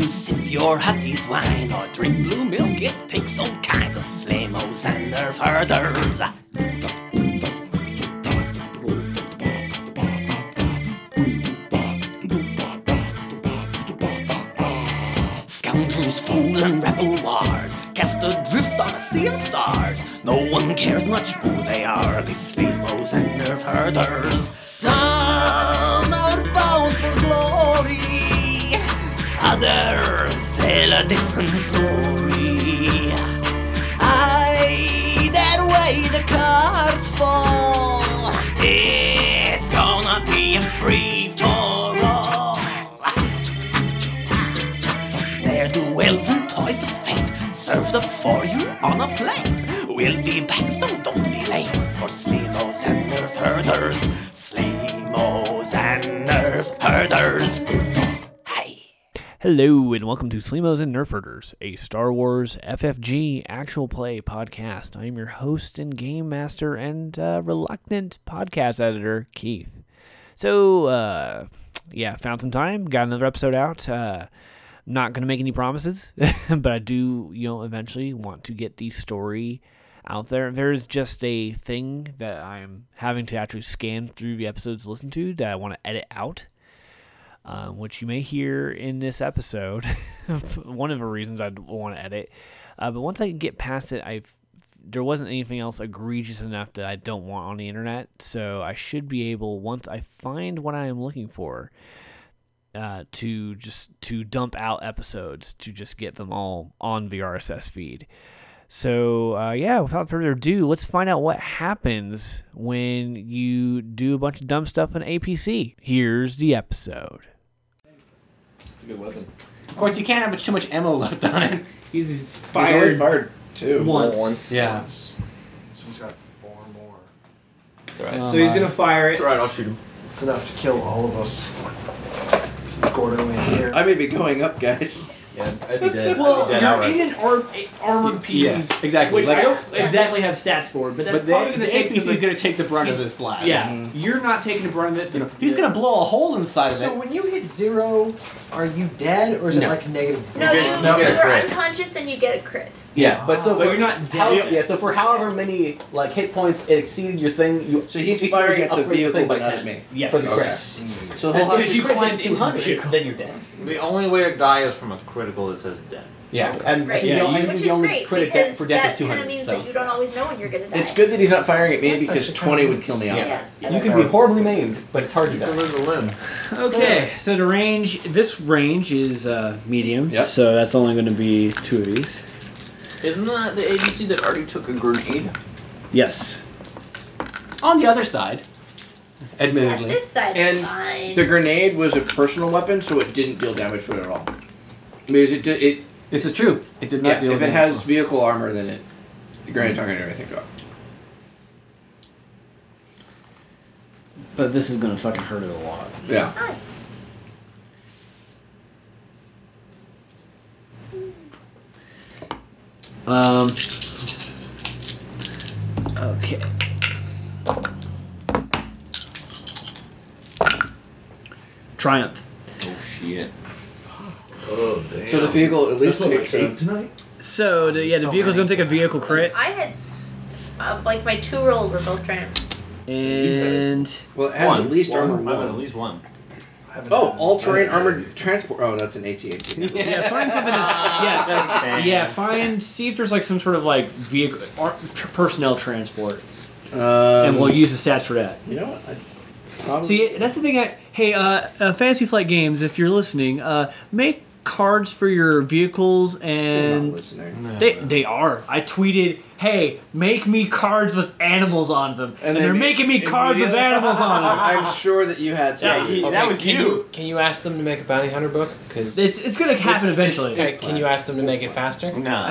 your hotties wine or drink blue milk. It takes all kinds of slamos and their furthers. Scoundrels, fool, and rebel wars cast adrift on a sea of stars. No one cares much who they are, these slemos and nerve herders. Some are bound for glory, others tell a different story. Aye, that way the cards fall. It's gonna be a free for all. There do wills and toys of fate served up for you on a plate. We'll be back, so don't be late for Sleemos and Nerf Herders. Sleemos and Nerf Herders. Hey. Hello and welcome to Slemos and Nerferders, a Star Wars FFG actual play podcast. I am your host and game master and uh, reluctant podcast editor, Keith. So, uh, yeah, found some time, got another episode out. Uh, not going to make any promises, but I do, you know, eventually want to get the story out there. There is just a thing that I'm having to actually scan through the episodes to listen to that I want to edit out um, which you may hear in this episode. One of the reasons I'd want to edit, uh, but once I get past it, I there wasn't anything else egregious enough that I don't want on the internet, so I should be able once I find what I am looking for. Uh, to just to dump out episodes to just get them all on the RSS feed. So uh, yeah, without further ado, let's find out what happens when you do a bunch of dumb stuff on APC. Here's the episode. It's a good weapon. Of course, you can't have too much ammo left on it. He's He's only fired. fired two. Once. Yeah. This one's got four more. It's alright. So he's gonna fire it. alright, I'll shoot him. It's enough to kill all of us. This is Gordo in here. I may be going up, guys. Yeah, I'd be dead. I'd Well, be dead you're outright. in an ar- armored piece, Yes, exactly. which Like- I don't exactly have stats for, but that's But probably they, going the to take you, APC is like- gonna take the brunt of this blast. Yeah, you're not taking the brunt of it. You know, he's gonna blow a hole inside So of it. when you hit zero, are you dead or is No. it like negative? No, You you, get- you get a you were crit. unconscious and you get a crit. Yeah, but so But for you're not how, Ah. dead. yeah, so for however many like hit points it exceeded your thing, you So he's you firing at the upgrade your vehicle, thing but by not 10. at me. Yes. For the Okay. crit. So he'll As have soon to as you crit, climb it's two hundred, 200. then you're dead. The only way to die is from a critical that says dead. Yeah, and I Right. think Yeah, the only- I Which think is the only great critic that because for death is that two kind of hundred. means So that you don't always know when you're gonna die. It's good that he's not firing at me That's because actually 20 would kill me out. Yeah. you can be horribly maimed, but it's hard to You can die. lose a limb. Okay, so the range, this range is uh, medium, Yep. so that's only going to be two of these. Isn't that the ABC that already took a grenade? Yes. On the other side, Yeah, admittedly, this side's And fine. The grenade was a personal weapon, so it didn't deal damage to it at all. Because it, did- it, this is true. It did not yeah, deal if with it has vehicle armor, then it the grenade target and everything go up. But this is gonna fucking hurt it a lot. Yeah. Hi. Um. Okay. Triumph. Oh shit. So the vehicle at least takes a, tonight? So the, yeah, the vehicle's gonna take a vehicle crit, I had, uh, like, my two rolls were both triumphs. and well, it has at least armor I want at one. least one. I haven't Oh, done all terrain that. armored transport. Oh, that's an AT-AT. yeah, find something. That's, yeah, yeah, find see if there's like some sort of like vehicle or p- personnel transport, and we'll Um, use the stats for that. you know what? I probably- See, that's the thing. I, hey, uh, uh, Fantasy Flight Games, if you're listening, uh, make cards for your vehicles They're not and listening. they they are. I tweeted, "Hey, make me cards with animals on them," and, they they're ma- making me cards with animals on them. I'm sure that you had some. Yeah, he- Okay, that was can you. Can you ask them to make a bounty hunter book? Because It's it's gonna happen eventually. can you ask them to make it faster? Nah.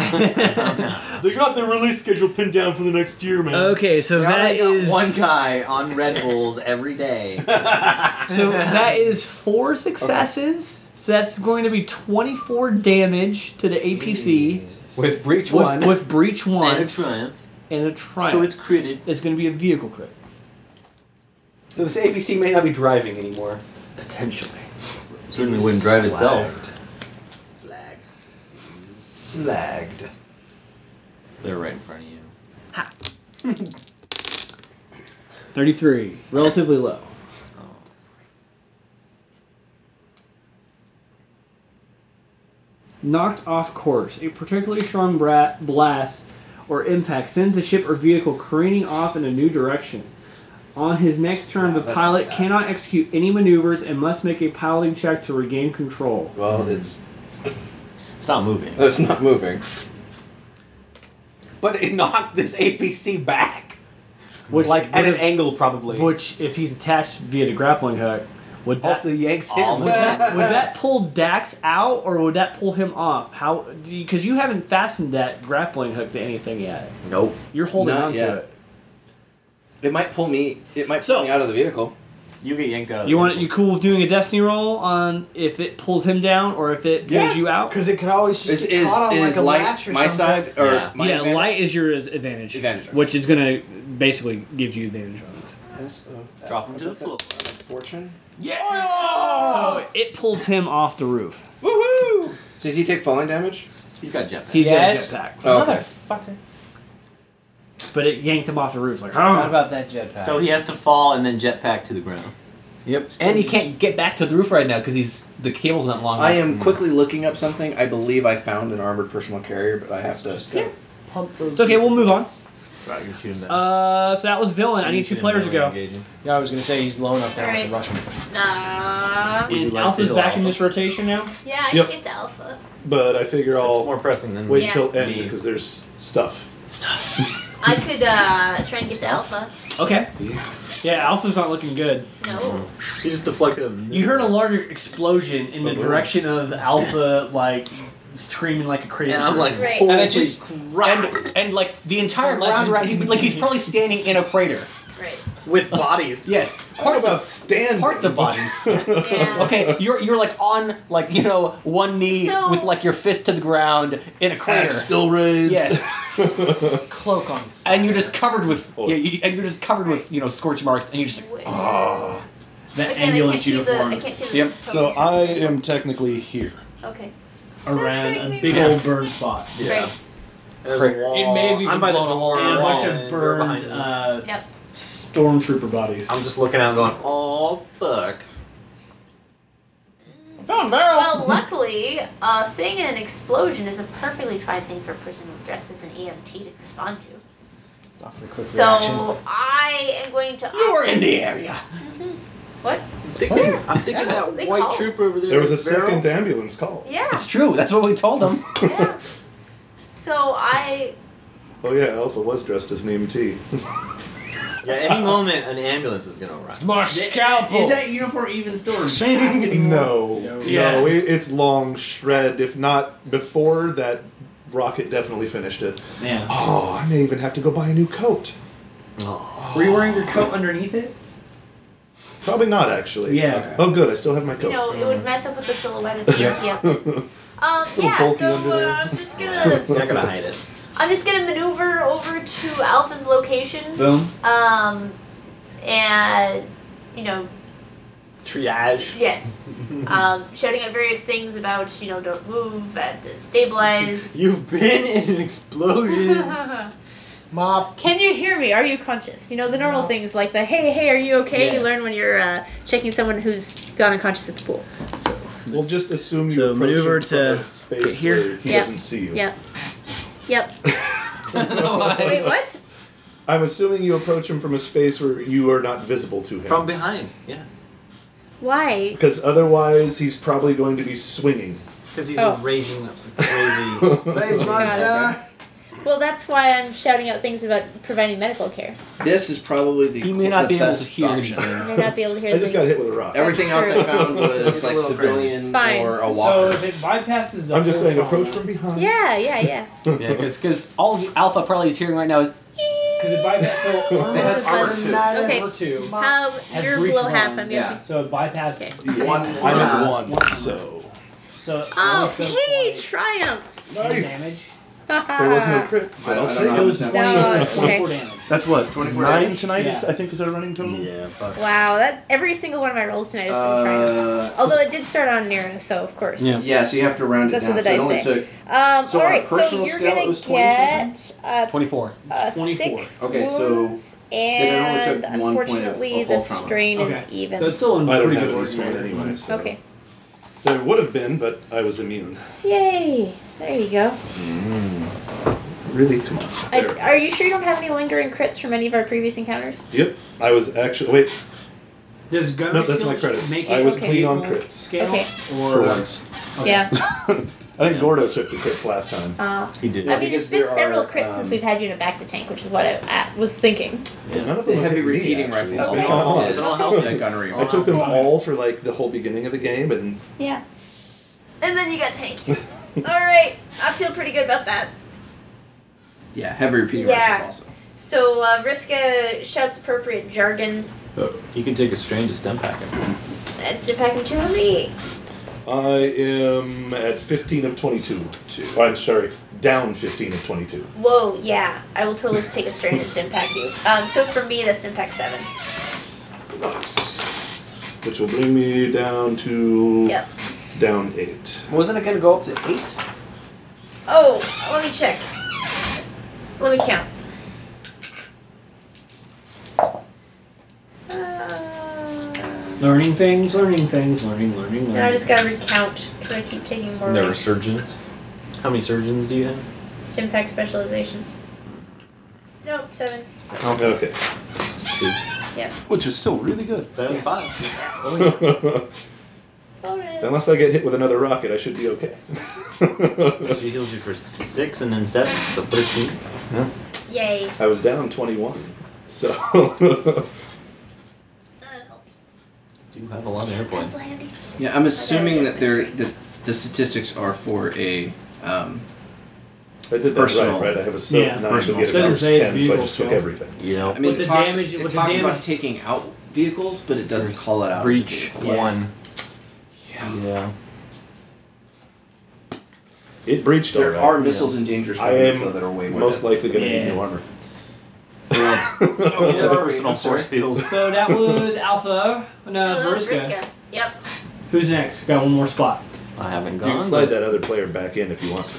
They got their release schedule pinned down for the next year, man. okay, so that is one guy on Red Bulls every day. so that is four successes. So that's going to be 24 damage to the APC with breach one, with, with breach one and a and triumph. a, triumph. So it's critted. it's going to be a vehicle crit. so this APC may not be driving anymore. Potentially. Certainly wouldn't drive itself. Slag. Slagged. They're right in front of you. 33. Relatively low. Knocked off course. A particularly strong bra- blast or impact sends a ship or vehicle careening off in a new direction. On his next turn, the that's pilot bad. cannot execute any maneuvers and must make a piloting check to regain control. Well, it's It's not moving. it's not moving. But it knocked this APC back, Which, like at an angle, probably. which, if he's attached via the grappling hook, would that also yanks him. Would that, would that pull Dax out or would that pull him off? How? Because you haven't fastened that grappling hook to anything yet. Nope. You're holding Not on yet. to it. It might pull me. It might pull So- me out of the vehicle. You get yanked out. Of You the want? You vehicle. cool with doing a destiny roll on if it pulls him down or if it pulls Yeah, you out? Because it could always just Is get is, caught on is like a light latch or my something. side or Yeah. my yeah, advantage? light is your is- advantage, Advantage. which is gonna basically give you advantage on this. S O F. Drop him to the floor. uh, Fortune. Oh. So Oh, it pulls him off the roof. Woohoo! So does he take falling damage? He's got jetpack. He's Yes. got a jetpack, Oh, okay. Motherfucker. but it yanked him off the roof. Like, Forgot oh, about that jetpack. So he has to fall and then jetpack to the ground. yep. And he can't get back to the roof right now because he's the cable's not long. I enough. am quickly looking up something. I believe I found an armored personal carrier, but I have to. pump those. it's okay. We'll move on. Right, you shoot him down. Uh, so that was villain. I need two players to go. Yeah, I was gonna say he's low enough down Alright. with the Russian. Nah. And like Alpha's to back alpha? in this rotation now. Yeah, I Yep. skipped alpha. But I figure It's I'll more pressing than wait Yeah. till end Me. because there's stuff. I could uh, try and get to alpha. Okay. Yeah, Alpha's not looking good. No. He just deflected him. You heard a larger explosion in the Boom. direction of Alpha, like screaming like a crazy. And I'm like, person. Right. holy And it just- crap. And, and like the entire Imagine ground, right? he- taking- Like he's probably standing in a crater. Right. with bodies. Yes, What about standing? parts of bodies. Yeah. Okay, you're you're like on like you know one knee So- with like your fist to the ground in a crater. Axe still raised. yes, cloak on. and you're just covered with yeah, you, and you're just covered with you know scorch marks, and you just Wait. That Again, I can't ambulance see the. I uniform can't see the. Yep. So totals. I am technically here. Okay. around That's a right, big yeah. old burn spot. Yeah. Right. There's Crater. a wall. It may have even I'm by blown the a door. And a bunch wall, of and they're burned behind me. uh, Yep. stormtrooper bodies. I'm just looking out, going, "Oh fuck." Found Varel. Well, luckily, a thing in an explosion is a perfectly fine thing for a person dressed as an EMT to respond to. It's an awfully quick reaction. So I am going to. you're in the area. What? I'm thinking, I'm thinking that They white call. trooper over there. There was a with Varel. second ambulance call. Yeah. It's true. That's what we told him. Yeah. So I Oh yeah, Alpha was dressed as an EMT. Yeah, any moment an ambulance is gonna arrive. My scalpel. Oh. Is that uniform even still intact anymore? no, no, Yeah. it, it's long shred. If not before that, rocket definitely finished it. Yeah. Oh, I may even have to go buy a new coat. Oh. Were you wearing your coat underneath it? Probably not actually. Yeah. Okay. Oh, good. I still have my you coat. know, it would mess up with the silhouette of the yeah. Um, Little yeah, bulky so under there. uh, I'm just gonna You're not gonna hide it. I'm just gonna maneuver over to Alpha's location. Boom. Um, and you know, Triage. yes, um, shouting at various things about you know don't move and to stabilize. You've been in an explosion. Can Mop. you hear me? Are you conscious? You know the normal things like the hey hey are you okay? Yeah. You learn when you're uh, checking someone who's gone unconscious at the pool. We'll just assume you So approach maneuver him from to a space get here. where he Yeah. doesn't see you. Yep. Yep. Wait, what? I'm assuming you approach him from a space where you are not visible to him. From behind, yes. Why? because otherwise, he's probably going to be swinging. Because he's Oh. a raging, crazy. Rage monster. Well, that's why I'm shouting out things about providing medical care. This is probably the He may not the be able best to hear option. anything. I may not be able to hear I just the- got hit with a rock. Everything else I That's found was like little civilian Fine. or a So walker. if it bypasses the I'm just whole saying, approach trauma- from behind. Yeah, yeah, yeah. Yeah, because all Alpha probably is hearing right now is Because it bypasses so It has armor, armor too. Um, Okay. armor two. Um, Has you're breach below one, half, I'm yeah. guessing. So it bypasses. Okay. One, I'm at one, so So it Oh, only took hey, point triumph! damage. nice. There was no crit. I don't- I don't know. It was No, 20 okay. 24 damage. That's what? 24 nine damage? tonight, is, Yeah. I think, is our running total? Yeah, fuck. Wow, that's every single one of my rolls tonight has been Uh, trying. Although it did start on Nero, so of course. yeah. so you have to round it That's down. what the so it dice only say. took Um, So all on a right, so personal you're scale, it gonna was 20 get uh, 24. uh, 24. six Okay, so wounds, then it only took one and point of- unfortunately of the hull trauma. strain is Okay. even. So it's still in I don't pretty have good any order. strain anyway. So. okay. There would have been, but I was immune. Yay! There you go. Really? Come on. I, There. are you sure you don't have any lingering crits from any of our previous encounters? Yep. I was actually. Wait. Does gunnery No, that's skill my credits. Make it I was okay. clean on equal crits. Scale Okay. or For once. Yeah. I think Gordo took the crits last time. Uh, He did. I mean, because it's been there several are, crits since um, we've had you in a back to tank, which is what I, I was thinking. None of the them heavy hit me, repeating actually. rifles. It's been Okay. all Is on. that gunnery I took them rifle. all for like the whole beginning of the game, and Yeah. And then you got tanky. all right, I feel pretty good about that. Yeah, heavy repeating Yeah. rifles also. So uh, Riska shouts appropriate jargon. You can take a strain to stem pack him. That's Depekum two on me. I am at 15 of 22. Oh, I'm sorry, down 15 of 22. Whoa, yeah. I will totally take a strain that's impact you. Um, so for me, that's impact seven. Which will bring me down to Yep. down 8. Wasn't it gonna go up to eight? Oh, let me check. Let me count. Uh, Learning things, learning things, learning, learning, learning. now I just gotta recount because I keep taking more There were risks. surgeons. How many surgeons do you have? Stimpack specializations. Nope, seven. Okay. Just two. Yep. Which is still really good. Better than five. Bonus. Oh, Unless I get hit with another rocket, I should be okay. She heals you for six and then seven, so thirteen. Yay. I was down 21. So. That helps. Do you have a lot of air points? Pencil handy. Yeah, I'm assuming adjust that my they're screen. that the statistics are for a um, I did that Personal. right, right? I have a sub Yeah. 9 Personal. to get Doesn't a say it's 10, so I vehicle just took skill. everything. Yeah. I mean, With it the talks, damage- it with the talks about damage- taking out vehicles, but it doesn't call it out. as a Breach vehicle. one. Yeah. Yeah. It breached There all right. are missiles and dangerous I weapons though, am that are way more most dangerous. likely going to Yeah. need new armor. Oh, yeah, where the are we? personal I'm sorry. force field. So that was Alpha. No, Oh, that was it's Veriska. Riska. Yep. Who's next? Got one more spot. I haven't You gone. can slide but that other player back in if you want to.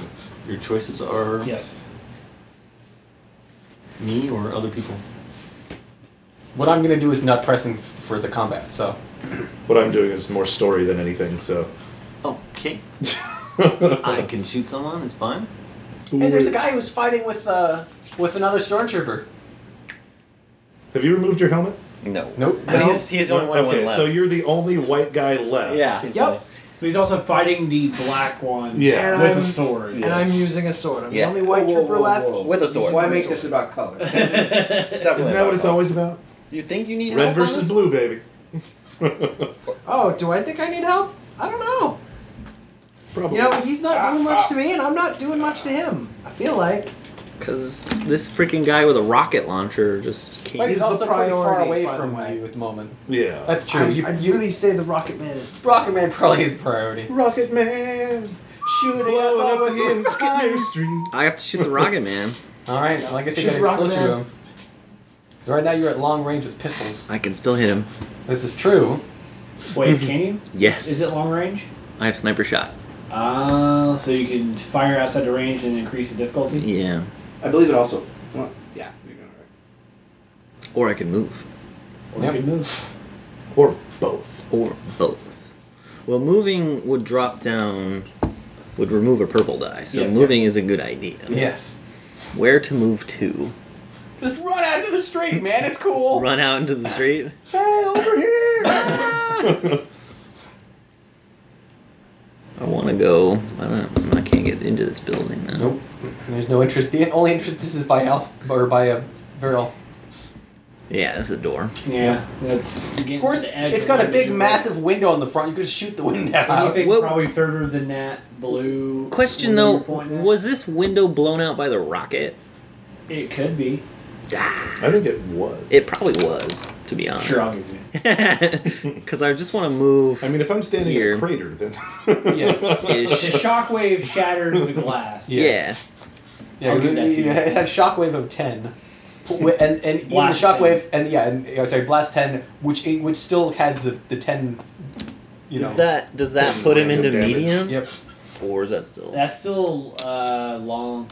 Your choices are Yes. me or other people. What I'm gonna do is not pressing f- for the combat. So What I'm doing is more story than anything, so. Okay. I Uh-huh. I can shoot someone. It's fine. hey, there's a guy who's fighting with uh with another stormtrooper. Have you removed your helmet? No. Nope. But he's, he's the only one, okay, one left. so you're the only white guy left. yeah. Yep. But he's also fighting the black one. Yeah. And With I'm- a sword. And I'm using a sword. I'm Yeah. the only white Whoa, whoa, trooper whoa, left. whoa. With a sword. Why make this about color? Isn't that what it's always about? Do you think you need Red help on versus this? blue, baby. Oh, do I think I need help? I don't know. Probably. You know, he's not doing much to me, and I'm not doing much to him. I feel like. Because this freaking guy with a rocket launcher just But came. he's also pretty far away by the from way. you at the moment. yeah. That's true. you, I'd really say the Rocket Man is. Rocket Man probably is priority. Rocket Man Shooting us blowing up up with the entire street. I have to shoot the rocket man. All right, well, I guess you Shoot gotta get Rocket closer to Man. him. Because right now you're at long range with pistols. I can still hit him. This is true. Wait, can you? Yes. Is it long range? I have sniper shot. Uh, so you can fire outside the range and increase the difficulty? Yeah. I believe it also. Well, yeah. Or I can move. Or Yep. you can move. Or both. Or both. Well, moving would drop down, would remove a purple die. So Yes. moving is a good idea. Yes. Where to move to? Just run out into the street, man. It's cool. Run out into the street? Hey, over here. I want to go. I don't. I can't get into this building now. nope. There's no interest. The only interest is by Alf or by a Viral. Yeah, that's the door. Yeah, that's. Of course, it's got a big, massive window on the front. You could just shoot the window I out. think Well- probably further than that blue. Question window though, you're pointing at. was this window blown out by the rocket? It could be. Ah, I think it was. it probably was, to be honest. Sure, I'll give you. Because I just want to move. I mean, if I'm standing Here. in a crater, then. Yes. The ish. shockwave shattered the glass. Yeah. Yeah, I'll do it, that to you you. had- it had a shockwave of ten, Wi- and and even the Blast shockwave and yeah, and yeah, sorry, blast ten, which which still has the the ten. You does know, that does that ten put him into random damage. medium? Yep. Or is that still? That's still uh, long.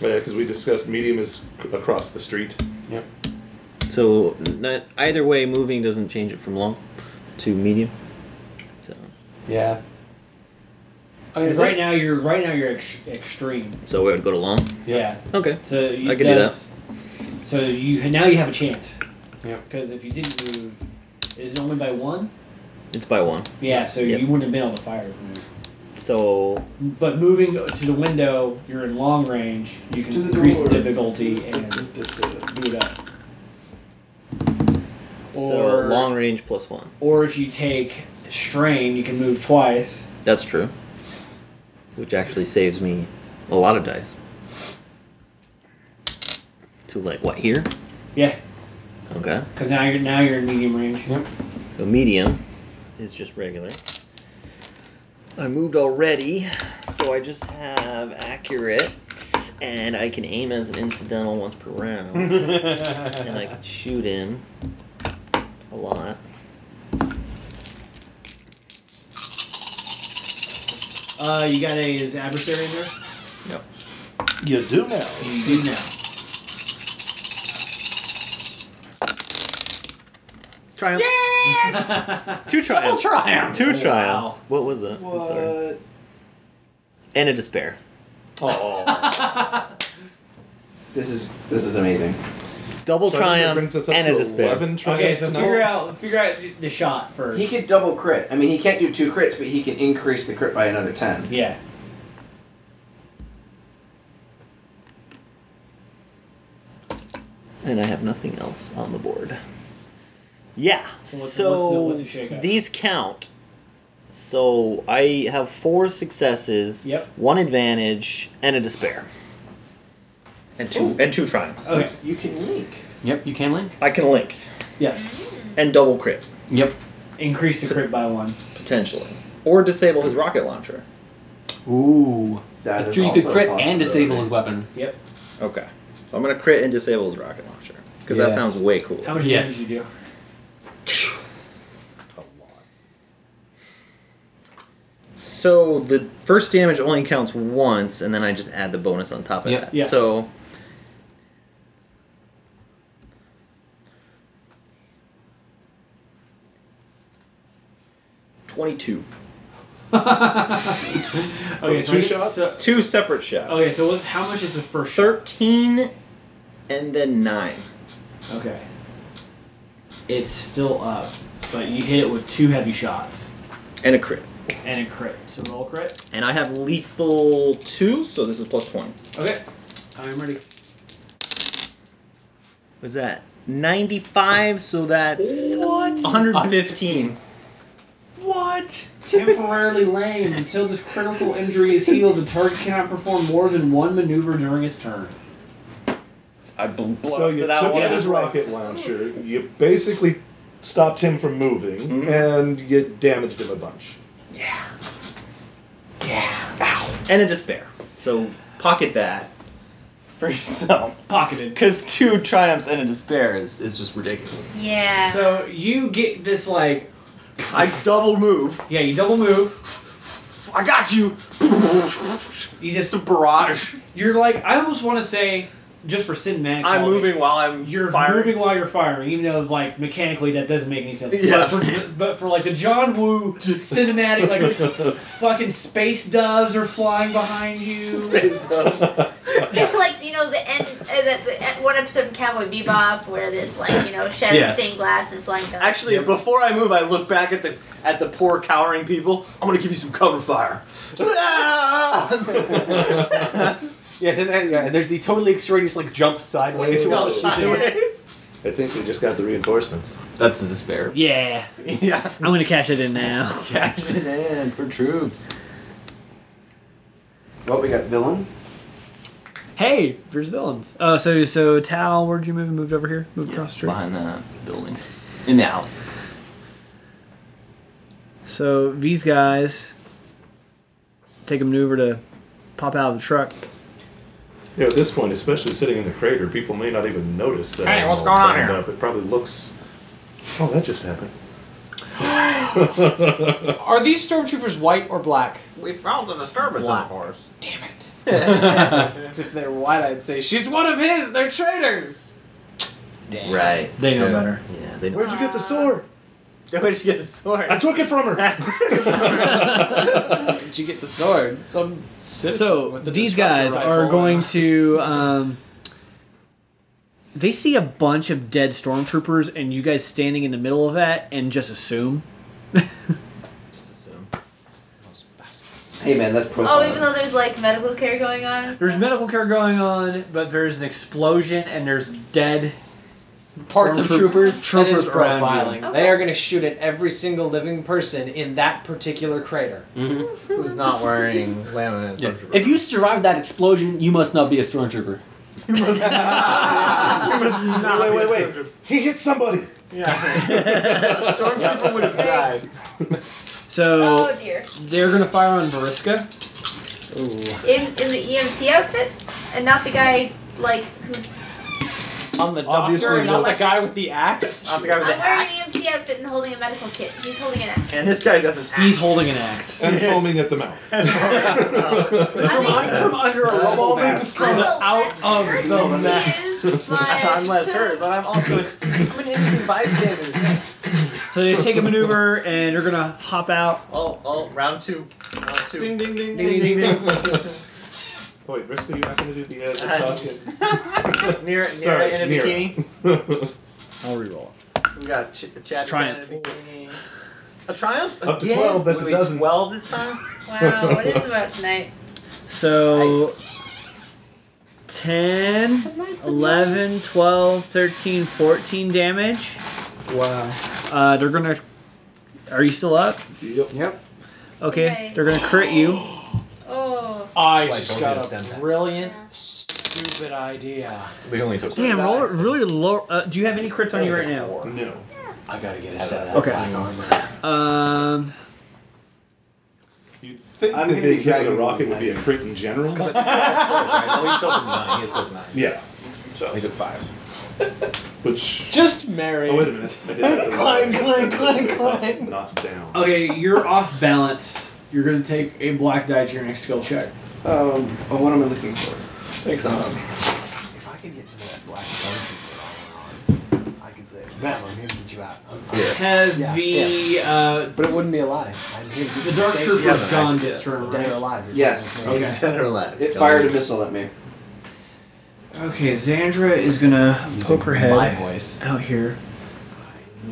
Yeah, because we discussed medium is c- across the street. Yep. So not, either way, moving doesn't change it from long to medium. So yeah. I mean, Because this- right now you're right now you're ex- extreme. So it would go to long. Yeah. Okay. So you I can do does, do that. So you now you have a chance. Yeah. Because if you didn't move, is it only by one? It's by one. Yeah. So Yep. you wouldn't have been able to fire. So But moving to the window, you're in long range. You can To the increase door. the difficulty and do it up. so long range plus one. Or if you take strain, you can move twice. That's true. Which actually saves me a lot of dice. To like what here? Yeah, Okay. because now you're now you're in medium range. Yep. So medium is just regular. I moved already, so I just have accurate, and I can aim as an incidental once per round, and I can shoot him a lot. Uh, you got a is adversary in there? You do now. You do now. Triumph. Yes! Two triumphs. triumph. Two Wow. triumphs. What was it? I'm sorry. What? And a despair. Oh. This is this is amazing. Double So I think that brings us triumph up and a to despair. 11 Okay, triumphs so tonight? figure out figure out the shot first. He could double crit. I mean, he can't do two crits, but he can increase the crit by another ten. yeah. And I have nothing else on the board. Yeah. So So, what's- what's the- what's the shakeup? these count. So I have four successes, Yep. one advantage, and a despair. And two Ooh. and two triumphs. Okay. You can link. Yep, you can link. I can link. Yes. And double crit, Yep. Increase the crit by one. potentially. Or disable his rocket launcher. Ooh. That That's is true. You could also a crit and disable possibility. his weapon. Yep. Okay. So I'm gonna crit and disable his rocket launcher. Because that Yes. sounds way cool. How much Yes. damage did you do? So the first damage only counts once, and then I just add the bonus on top of Yeah. that. Yeah. So. Twenty-two. Okay, Oh, so two I guess- shots? so- Two separate Oh, shots. okay, so what's, how much is the first shot? Thirteen, and then nine. Okay. It's still up, but you hit it with two heavy shots And a crit. and a crit. So roll crit. And I have lethal two, so this is plus twenty. Okay. I'm ready. Was that ninety-five? So that's What? one hundred fifteen. What? Temporarily lame until this critical injury is healed. The target cannot perform more than one maneuver during its turn. I bl- So you blasted out took one out of his rocket launcher. You basically stopped him from moving, Mhm. and you damaged him a bunch. Yeah. Yeah. And a despair. So pocket that for yourself. Pocketed. Because two triumphs and a despair is, is just ridiculous. Yeah. So you get this like I double move. yeah, you double move. I got you. You It's just a barrage. you're like I almost want to say just for cinematic. I'm quality, moving while I'm You're firing. moving while you're firing, even though like mechanically that doesn't make any sense. Yeah. But for, but for like the John Woo cinematic, like fucking space doves are flying behind you. It's like you know the end, uh, the, the end, one episode in Cowboy Bebop where there's like you know shattered Yes. stained glass and flying dogs. Actually, before I move, I look back at the at the poor cowering people. I'm gonna give you some cover fire. Yes, and, and, yeah, and there's the totally extraneous like jump sideways. No, while shooting. I think we just got the reinforcements. That's the despair. Yeah, Yeah. I'm gonna cash it in now. Cash it in for troops. Well, we got villain. Hey, there's villains. Oh, so so Tal, where'd you move? Moved over here. Moved across the street. Behind the building. In the alley. So these guys take a maneuver to pop out of the truck. You know, at this point, especially sitting in the crater, people may not even notice that. Hey, I'm what's all going on burned here? Up. It probably looks. Oh, that just happened. Are these stormtroopers white or black? We found a disturbance Black. force. Damn it! if they were white, I'd say she's one of his. They're traitors. Right. They know true. better. Yeah, they know. Where'd you get the sword? Where'd you get the sword? I took it from her. Did you get the sword? Some citizen So with a these disruptor guys rifle. are going to. Um, they see a bunch of dead stormtroopers, and you guys standing in the middle of that, and just assume. just assume. Those bastards. Hey man, that's pro. Oh, even though there's like medical care going on. and There's medical care going on, but there's an explosion, and there's dead parts of stormtroop- troopers. That troopers is around profiling. you. They are going to shoot at every single living person in that particular crater Who's not wearing laminate stormtrooper? If you survived that explosion, you must not be a stormtrooper. wait, wait, wait, He hit somebody. Yeah. Stormtrooper would have died. So Oh dear. they're gonna fire on Mariska. Ooh. In in the EMT outfit, and not the guy like who's. on the Obviously doctor, not the looks- guy with the axe. Not the guy with the I'm wearing an EMT outfit and holding a medical kit. He's holding an axe. And this guy doesn't. He's holding an axe. And foaming at the mouth. from, from under a Oh, revolving from out of the mess. I'm less hurt, but I'm also I'm an innocent bystander. So they take a maneuver, and they're gonna hop out. Oh, oh, round two. Round two. Ding, ding, ding, Ding, ding, ding. Oh, wait, Briscoe, you're not going to do the, uh, the near near talking. Sorry, in a near. bikini. I'll reroll. We got a, ch- a chat Triumph. in a bikini. A triumph? Up to Again? 12, that's What a are we, dozen. 12 this time? Wow, what is about tonight? So 10, 11, 12, 13, 14 damage. Wow. Uh, they're going to. Are you still up? Yep. Yep. Okay, Okay. they're going to crit you. Oh. I Like, just don't got get a stem a brilliant, stupid idea. We only took Damn, roll it really low. Uh, do you have any crits on you right now? No. I gotta get a Have set it of okay. fucking armor. Um, You'd think I'm that gonna be maybe the dragging rocket would be a crit in general, but Well, he's open nine. He has open nine. yeah. So he took five. Which Just married. oh wait a minute, I did have the Climb, climb, wrong- climb, climb. Not down. okay, you're off balance. You're going to take a black die to your next skill check. Um, oh, what am I looking for? Makes sense. Um, If I could get some of that black stormtrooper armor on, I could say, "Ma'am, I'm here to get you out." I'm- I'm- Yeah. Has Yeah, the. Uh, But it wouldn't be alive. I'm here to get The you Dark safe. Trooper's Yeah, but I- gone this turn, Dead right? or alive. you're yes. trying to Okay. say. Dead or alive. It fired a missile at me. Okay, Xandra is gonna poke her head my voice. out here,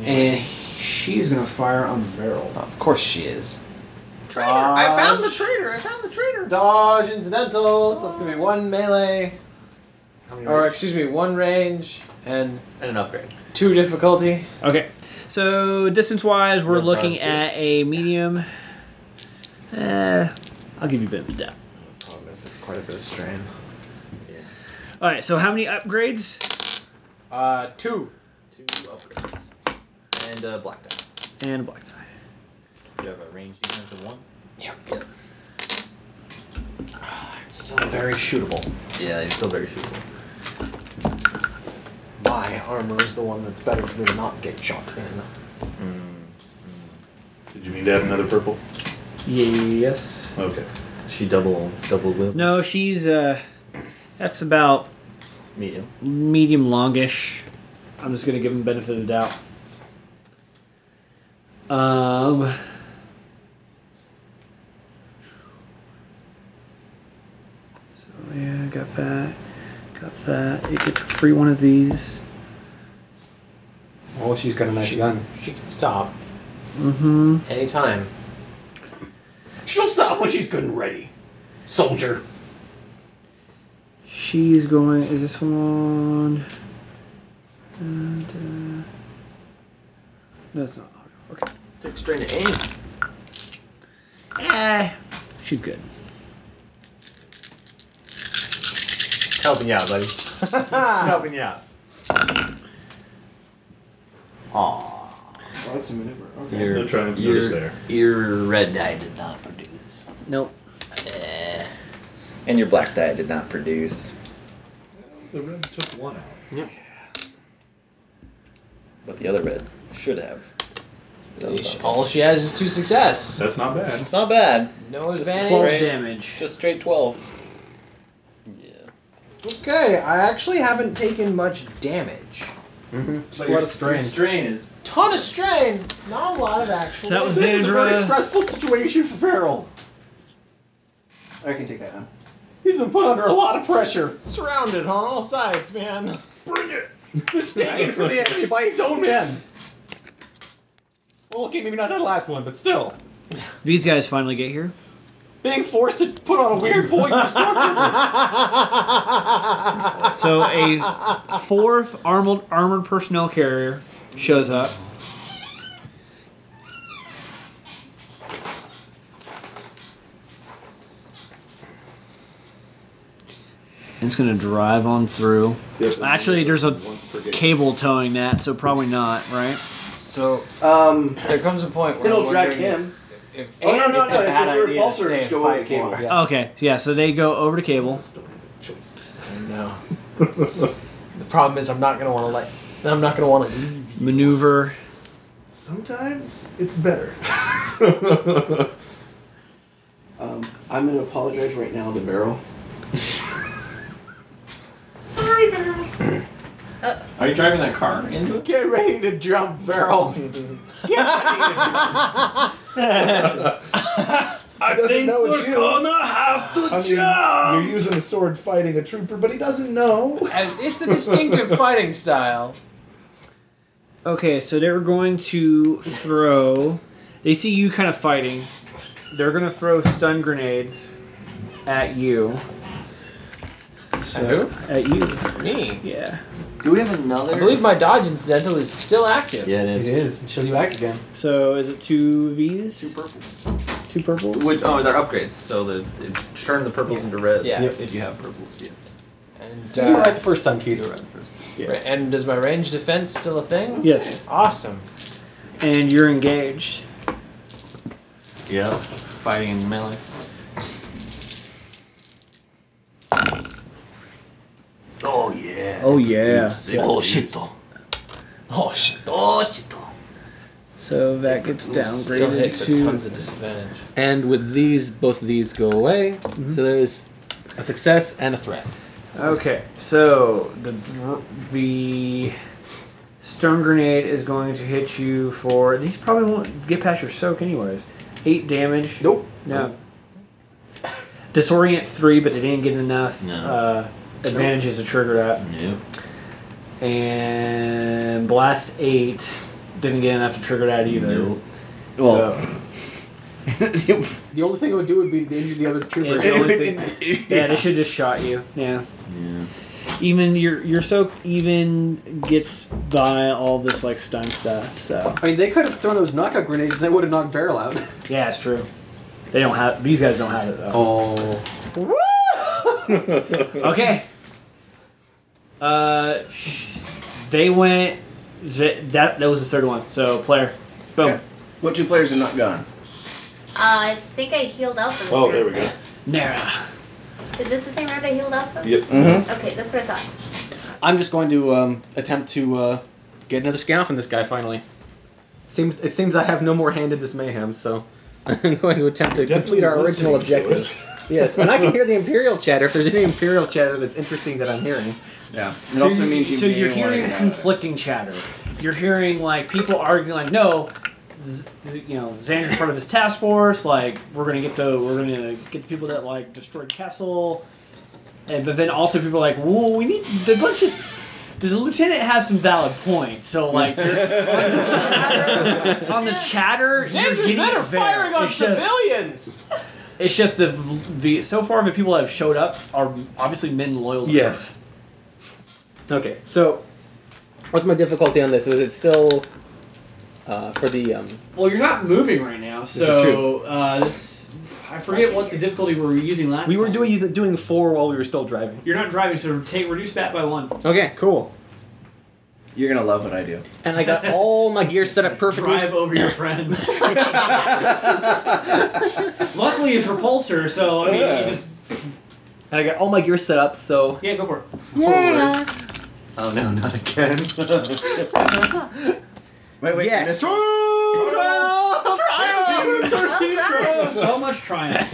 and she is gonna fire on Veril. Of course she is. Traitor. I found the traitor. I found the traitor. Dodge incidentals. That's gonna be one melee, How many or rings? excuse me, one range and And an upgrade. two difficulty. Okay, so distance wise, we're We're looking positive. at a medium. Uh, I'll give you a bit of that. Oh, this is quite a bit of strain. All right, so how many upgrades? Uh, two. Two upgrades. And uh, black die. And a black tie. You have a range defense of one. Yep. Still very shootable. Yeah, you're still very shootable. My armor is the one that's better for me to not get shot in. Did you mean to add another purple? Yes. Okay. She double double will No, she's uh, that's about medium. medium longish. I'm just gonna give him benefit of the doubt. Um. So yeah, got that. Got that. It gets a free one of these. Oh, she's got a nice gun. She can stop Mm-hmm. anytime. She'll stop when she's good and ready. Soldier. She's going. Is this one? And, uh, no, it's not. Okay. Take strain to aim. Eh, she's good. Helping you out, buddy. helping you out. Aww. Oh, that's a maneuver. Okay. Your, No triumph your, notice there. Your red die did not produce. Nope. And your black die did not produce. The red took one out. Yeah. But the other red should have. done something. All she has is two success. That's not bad. It's not bad. No It's just advantage. straight- 12 damage. Just straight 12. Okay, I actually haven't taken much damage. Mm-hmm. Just a lot of strain. is. Ton of strain, not a lot of actual. So that was This is a very Xandra. stressful situation for Farrell. I can take that now. He's been put under a lot of pressure. Surrounded on all sides, man. Bring it! Mistaken for the enemy by his own men. Well, okay, maybe not that last one, but still. These guys finally get here. Being forced to put on a weird voice for stormtrooper. So a fourth armored armored personnel carrier shows up. And It's gonna drive on through. Actually, there's a cable towing that, so probably not, right? So um, there comes a point where It'll I'm drag wondering him. If, if Oh, no, no, it's no, a if bad it's a idea to repulsor, stay just and go over fight the cable. more. Yeah. Okay, yeah. So they go over to cable. No. the problem is I'm not gonna want to let. I'm not gonna want to leave. Maneuver. Sometimes it's better. Um, I'm going to apologize right now to Barrel. Sorry, Barrel. Uh, Are you driving that car into it? Get ready to jump, Farrell. Get ready to jump. I think we're gonna have to jump. You're using a sword fighting a trooper, but he doesn't know. It's a distinctive fighting style. Okay, so they're going to throw. They see you kind of fighting. They're gonna throw stun grenades at you. So, at you. Me. Yeah. Do we have another? I believe my dodge incidental is still active. Yeah, it is. It is. Until you act again. So is it two V's? Two purple. Two purple. Which, oh, they're upgrades, so the, they turn the purples into reds. Yeah. Yep. If you have purples, yeah. And, So you were right the first time, Keith. right the first. Yeah. And is my range defense still a thing? Yes. Awesome. And you're engaged. Yeah. Fighting in melee. Oh yeah. Oh, yeah. Oh shit though. Oh shit. Oh shit though. So that gets Still downgraded hits with to. tons of disadvantage. And with these, both of these go away. So there's a success and a threat. Okay, so the dr- the stun grenade is going to hit you for these probably won't get past your soak anyways. Eight damage. Nope. No. Disorient three, but they didn't get enough No. uh, advantages to trigger that. Nope. And blast eight didn't get enough to trigger that either. Nope. Well, The only thing it would do would be to injure the other trooper. Yeah, the only thing- yeah, they should just shot you. Yeah. Yeah. Even your your soak even gets by all this like stun stuff. So I mean, they could have thrown those knockout grenades and they would have knocked Barrel out. yeah, it's true. They don't have these guys don't have it though. Oh. okay. Uh, sh- they went. z- That that was the third one. So player, boom. What two players are not gone? Uh, I think I healed up. in this Oh, round. go. Nara. Is this the same round I healed up? Yep. Mhm. Okay, that's what I thought. I'm just going to um, attempt to uh, get another scan off on this guy finally. Seems It seems I have no more hand in this mayhem, so I'm going to attempt to Definitely complete our original listening to objective. yes, and I can hear the Imperial chatter if there's any Imperial chatter that's interesting that I'm hearing. Yeah. It also means you So may you're wanna hearing get out of conflicting chatter. You're hearing like people arguing, like, no, Z- you know, Xander's part of his task force. Like, we're gonna get the we're gonna get the people that like destroyed Castle. And but then also people are like, whoa, we need the bunch is. The lieutenant has some valid points, so like you're- on the chatter, you're Xander's getting men are it there. firing on It's just- civilians. It's just the the so far the people that have showed up are obviously men loyal. To Yes. Okay, so what's my difficulty on this? Is it still uh, for the um, Well, you're not moving right now, is so true. uh, this, I forget what the difficulty we were using last. we were time. doing doing four while we were still driving? You're not driving, so take reduce that by one. Okay, cool. You're gonna love what I do. And I got all my gear set up perfectly. Drive over your friends. Luckily, it's repulsor, so I mean, you just And I got all my gear set up, so. Yeah, go for it. Yeah. Oh no, not again. wait, wait. Yeah. So much trying.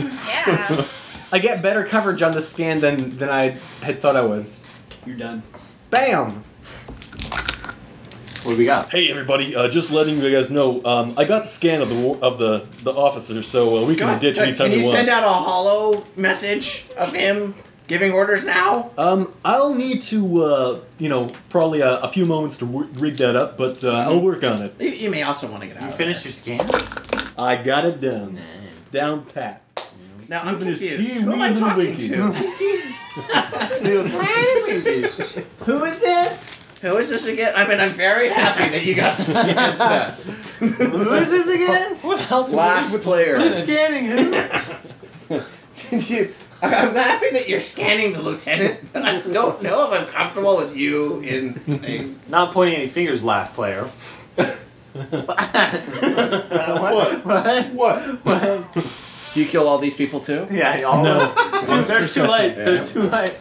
I get better coverage on the scan than, than I had thought I would. You're done. Bam! What do we got? Hey everybody, uh, just letting you guys know, um, I got the scan of the war- of the the officer, so uh, we can ditch uh, anytime can you we want. send out a hollow message of him giving orders now? Um, I'll need to, uh, you know, probably a, a few moments to w- rig that up, but uh, I'll work on it. You, you may also want to get out. You finished your scan? I got it done. Down pat. Now I'm Even as confused. few Who am I wee little talking winky. to? Who is this? Who is this again? I mean, I'm very happy that you got this chance. Who is this again? What the hell do we- Last player. Just scanning who? Did you? I- I'm happy that you're scanning the lieutenant, but I don't know if I'm comfortable with you in a. Not pointing any fingers, last player. what? What? What? Do you kill all these people too? Yeah, all of them. There's too late. There's too late.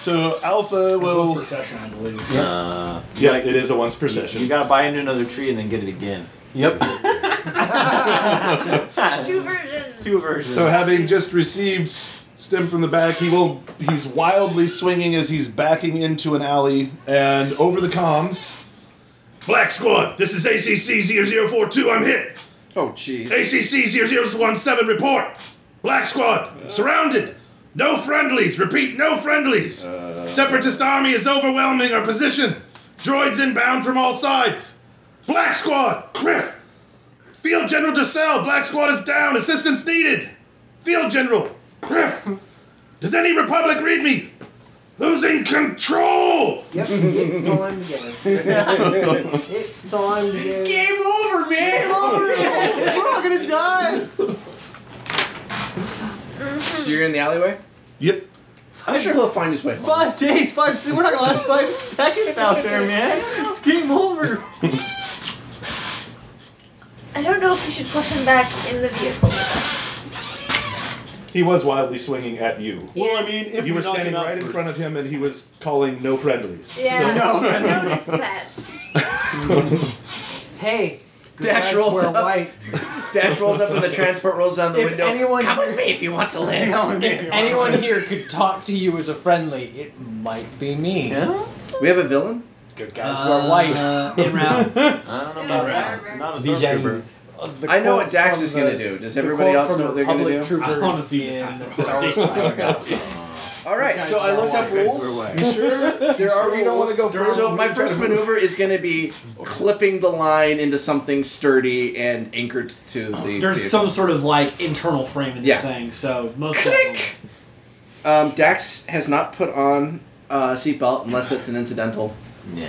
So Alpha will. I believe. Uh, yeah, it is a once per session. You gotta buy into another tree and then get it again. Yep. Two versions. Two versions. So having just received s- stem from the back, he will he's wildly swinging as he's backing into an alley and over the comms. Black Squad, this is ACC 0042. I'm hit. Oh, jeez. ACC 0017, report. Black Squad, surrounded. No friendlies. Repeat, no friendlies. Uh. Separatist army is overwhelming our position. Droids inbound from all sides. Black Squad, Criff. Field General DeSalle, Black Squad is down. Assistance needed. Field General, Criff. Does any Republic read me? Losing control. Yep, it's time to go. it's time to go. Game over, man. Game over. We're all gonna die. So you're in the alleyway? Yep. I'm sure he'll find his way home. Five days, five. se- We're not gonna last five seconds out there, man. It's game over. I don't know if we should put him back in the vehicle with us. He was wildly swinging at you. Well, I mean, you were standing right in front of him and he was calling no friendlies. Yeah, So- I noticed that. Hey. good Dash guys rolls wear up. White. Dash rolls up and the transport rolls down the If window. anyone Come here- with me if you want to live. Come with me if anyone here could talk to you as a friendly, it might be me. We have a villain? Good guys wear white. in round. I don't know about that. Not a stormtrooper. I know what Dax is going to do. Does everybody else know what they're going to do? I wanna see this happen. All right, so I looked up rules. You sure? There are. We don't want to go first. So my first maneuver is going to be clipping the line into something sturdy and anchored to the. There's vehicle. some sort of like internal frame in this Yeah. thing, so most Click! Um, Dax has not put on a seatbelt unless it's an incidental. Nah.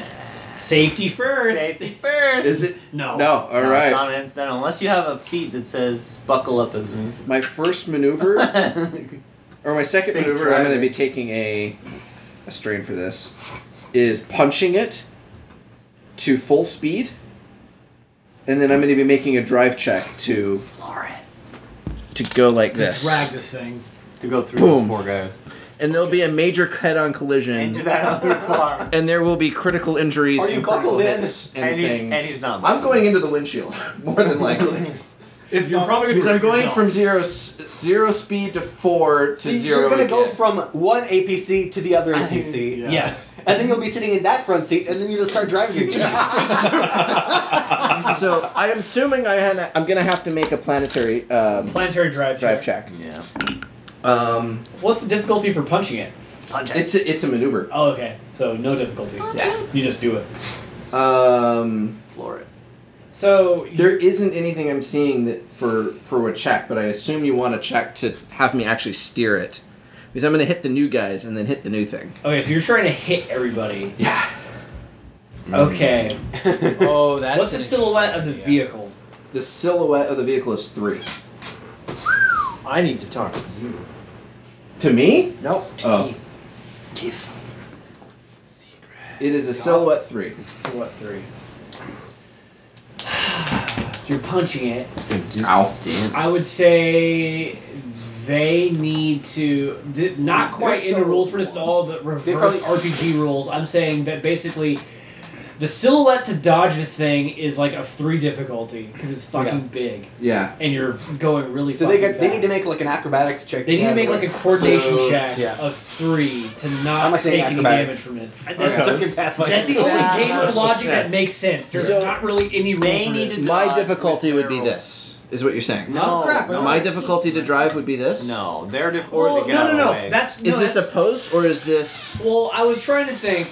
Safety first. Safety first. Is it? No. No. All No, right. It's not an incidental unless you have a feat that says buckle up as an My first maneuver, or my second Safe maneuver, I'm driving. going to be taking a, a strain for this, is punching it to full speed, and then I'm going to be making a drive check to floor it, to go like this, drag this thing. to go through those Boom. four guys. and there'll be a major head-on collision Into that other car. and there will be critical injuries. Are you and critical buckled in? hits And, And he's- things. and he's not I'm going into the windshield more than likely. if you're probably because I'm going from zero s- zero speed to four to So you- zero. you're gonna go again. from one APC to the other APC. Yes. And then you'll be sitting in that front seat, and then you just start driving again. so I am assuming I had, I'm gonna have to make a planetary um, Planetary drive. drive check. Yeah. Um, What's the difficulty for punching it? Punch it. It's a, it's a maneuver. Oh, okay. So no difficulty. Yeah. You just do it. Um, Floor it. So there isn't anything I'm seeing that for for a check, but I assume you want a check to have me actually steer it, because I'm gonna hit the new guys and then hit the new thing. Okay, so you're trying to hit everybody. Yeah. Mm-hmm. Mm. Okay. oh, that's What's the an silhouette of the vehicle? The silhouette of the vehicle is three. I need to talk to you. To me? Nope. Oh. Keith. Keith. It is a silhouette three. Silhouette three. You're punching it. Ow. I would say They need to di- not quite in the rules for this at all, but reverse RPG rules. I'm saying that basically, the silhouette to dodge this thing is like a three difficulty because it's fucking Yeah. big. Yeah. and you're going really. So they fucking got, they need to fast. make like an acrobatics check. They need to make like a coordination So, check yeah. of three to I'm not not saying take any damage acrobatics. from this. Okay. That's, Okay. the, that's the only game of logic that makes sense. There's So, not really any rules. for this. My difficulty would be this, is what you're saying. No. crap, no. My difficulty to drive would be this. No, their or Well, to get no, out of no, the no, way. that's- is no, this a post or is this? Well, I was trying to think,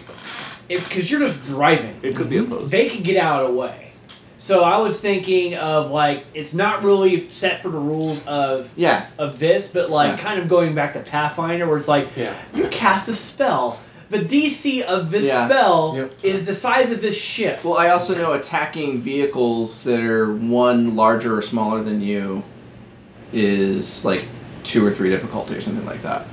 because you're just driving. It could be a boat. They could get out of the way. So I was thinking of like it's not really set for the rules of Yeah. of this, but like Yeah. kind of going back to Pathfinder, where it's like you cast a spell. The DC of this Yeah. spell is the size of this ship. Well, I also know attacking vehicles that are one larger or smaller than you is like two or three difficulty or something like that.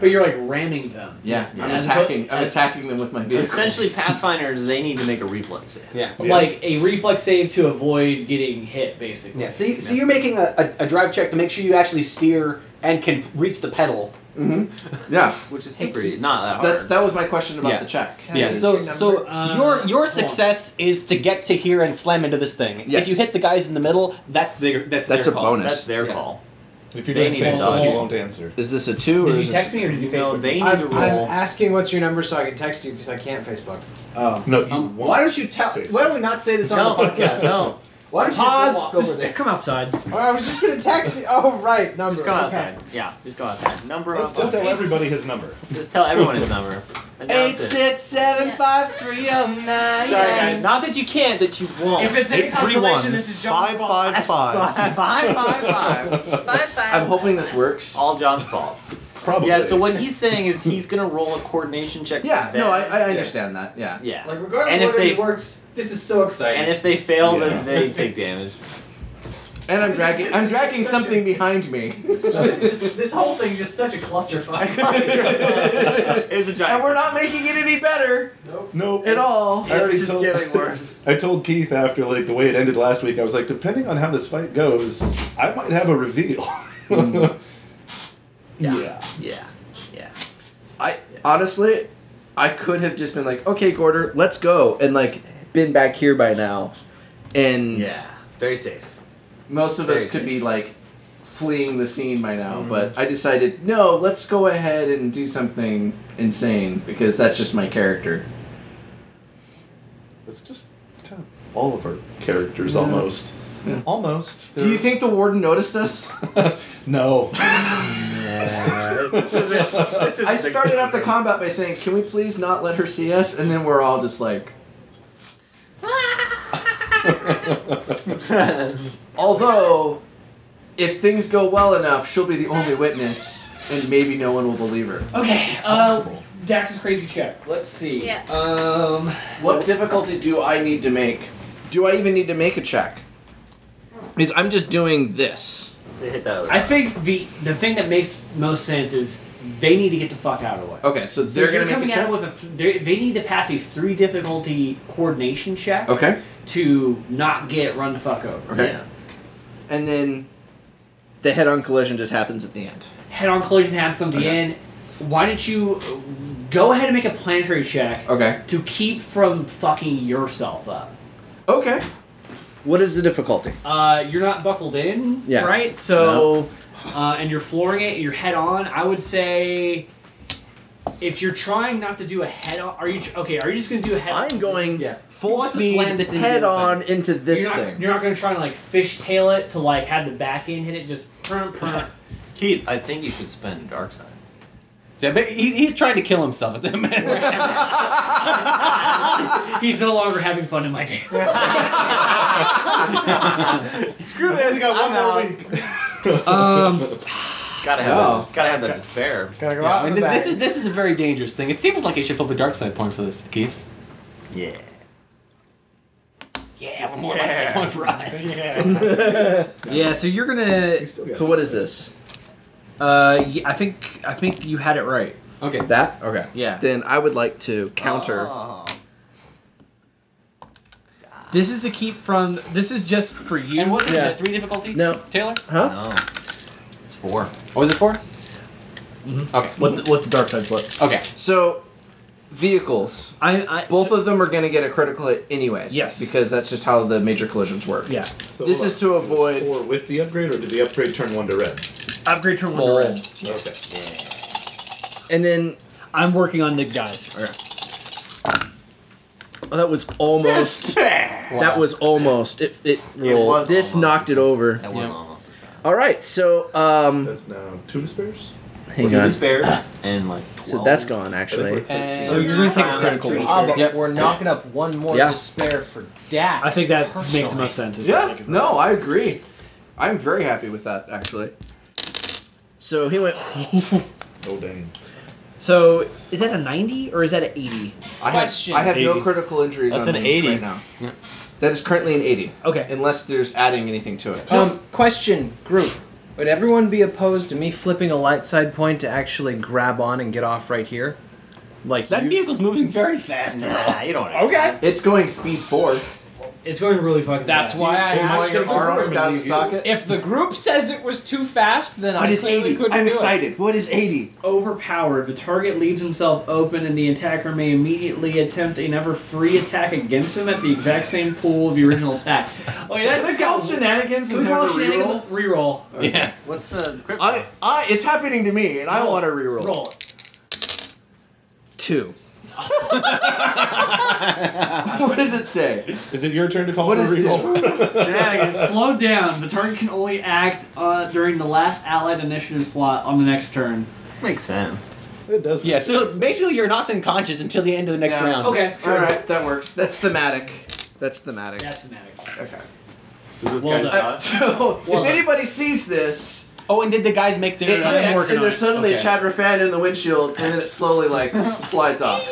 But you're like ramming them. Yeah, I'm As attacking. oppo- I'm as- attacking them with my vehicle. Essentially, Pathfinder, they need to make a reflex save. Yeah. Like a reflex save to avoid getting hit, basically. Yeah. So, you, so you're making a, a, a drive check to make sure you actually steer and can reach the pedal. Mm-hmm. Yeah. Which is super easy. Not that hard. That's that was my question about the check. Yeah. is- So so your your success is to get to here and slam into this thing. Yes. If you hit the guys in the middle, that's their that's That's their a call. bonus. That's their call. If you're doing Facebook, you won't answer. Is this a two or Did is you this- text me or did you No, Facebook? they me? need to roll. I'm asking what's your number so I can text you because I can't Facebook. Oh. No, you won't. Why don't you tell? Why don't we not say this No, on the podcast? no. Why don't you Pause. just walk over Just there? Come outside. Oh, I was just gonna text you. Oh right, number. Just go okay. outside. Yeah, just go outside. Number Let's on just tell buttons. everybody his number. Just tell everyone his number. Eight, Announce it. Six seven five three oh, zero nine. Sorry, guys. Not that you can't, that you won't. If it's any Eight, three consolation, this ones. is John's five, five, five. five, five, five, five. I'm hoping this works. All John's fault. Probably. Yeah. So what he's saying is he's gonna roll a coordination check. Yeah, for no, I, them. I understand that. Yeah. Yeah. Like regardless And of if whether they- it works, this is so exciting. And if they fail, Yeah. then they take damage. And I'm dragging. I'm dragging something behind me. this, this, this whole thing is just such a clusterfuck. It's a giant. And we're not making it any better. Nope. At all. I already told- worse. I told Keith after like the way it ended last week, I was like, depending on how this fight goes, I might have a reveal. yeah. Yeah. Yeah. I honestly, I could have just been like, okay, Gorder, let's go, and like been back here by now, and Yeah. Very safe. most of us Very could safe. Mm-hmm. be like fleeing the scene by now. But I decided, no, let's go ahead and do something insane because that's just my character. It's just kind of all of our characters almost. Almost. Do you think the warden noticed us? no. This is the- I started out the combat by saying, "Can we please not let her see us?" And then we're all just like. Although, if things go well enough, she'll be the only witness, and maybe no one will believe her. Okay. Uh, Dax's crazy check. Let's see. Yeah. Um. What difficulty do I need to make? Do I even need to make a check? Because I'm just doing this. They hit that. I think the the thing that makes most sense is they need to get the fuck out of the way. Okay, so So they're you're gonna make coming a at check. it with a th- they- they need to pass a three difficulty coordination check. Okay. To not get run the fuck over. Okay. And then the head-on collision just happens at the end. Head on collision happens on the Okay. end. Why don't you go ahead and make a planetary check Okay. to keep from fucking yourself up? Okay. What is the difficulty? Uh, you're not buckled in, Yeah. right? So, uh, and you're flooring it. You're head on. I would say, if you're trying not to do a head on, are you okay? Are you just gonna do a head? I'm going He full wants to speed slam this into the head other on into this you're not, thing. You're not gonna try and like fishtail it to like have the back end hit it. Just prump, prump. Keith, I think you should spend dark side. Yeah, but he, he's trying to kill himself at the minute. He's no longer having fun in my game. Screw this. We got one more week. um, gotta have No. Oh. that, gotta have that despair. Gotta go out in the this back. is this is a very dangerous thing. It seems like you should flip a dark side point for this, Keith. Yeah. Yeah, one more dark side point for us. yeah. So you're gonna. So what is this? Uh, yeah, I think I think you had it right. Okay. That? Okay. Yeah. Then I would like to counter. This is to keep from. This is just for you. And was it Yeah. just three difficulty? No. Taylor? Huh? No. Four. Oh, is it 4 Okay. What the, what the dark side's what? Okay. So, vehicles. I, I both of them are going to get a critical hit anyways. Yes. Because that's just how the major collisions work. Yeah. this is to avoid. Four with the upgrade, or did the upgrade turn one to red? Upgrade turn Bold. one to red. Okay. And then I'm working on Nick dies. Okay. Oh, that was almost. That was almost. It it rolled. was this knocked it over. was almost. All right, so um. That's now two despairs. Hang Two on. despairs and, like, So that's 12. gone actually. And So you're gonna take a critical Ah, one. but Yep. We're knocking up one more Yeah. despair for Dax. I think that makes the personally. most sense. Yeah. No, I agree. I'm very happy with that actually. So he went. oh dang. So is that a 90 or is that an 80? I have, I have no critical injuries. That's on an me 80. right now. That is currently an 80. Okay. Unless there's adding anything to it. Um, question group. Would everyone be opposed to me flipping a light side point to actually grab on and get off right here? Like that vehicle's moving very fast. Nah, you don't. Okay. It's going speed four. It's going really fucking. That's fast. why I Do you want your arm down the socket? If the group says it was too fast, then What I is clearly 80? couldn't I'm do excited. It. What is 80? Overpowered. The target leaves himself open, and the attacker may immediately attempt another free attack against him at the exact same pool of the original attack. Oh, yeah, Can we call shenanigans Can we and call have a shenanigans reroll? Yeah. What's the I, I, it's happening to me, and I want to reroll. Roll. Two. what does it say? Is it your turn to call What for a is reroll? Shenanigans. Slow down. The target can only act uh, during the last allied initiative slot on the next turn. Makes sense. It does. Yeah, so basically you're knocked unconscious until the end of the next Yeah. round. Okay, All right, that works. That's thematic. That's thematic. That's thematic. Okay. Does this Well guy done. die? So, Well, if anybody sees this, Oh, and did the guys make it their? I'm hits, working and on there's it. suddenly Okay. a Chad Raffan in the windshield, and then it slowly like slides off.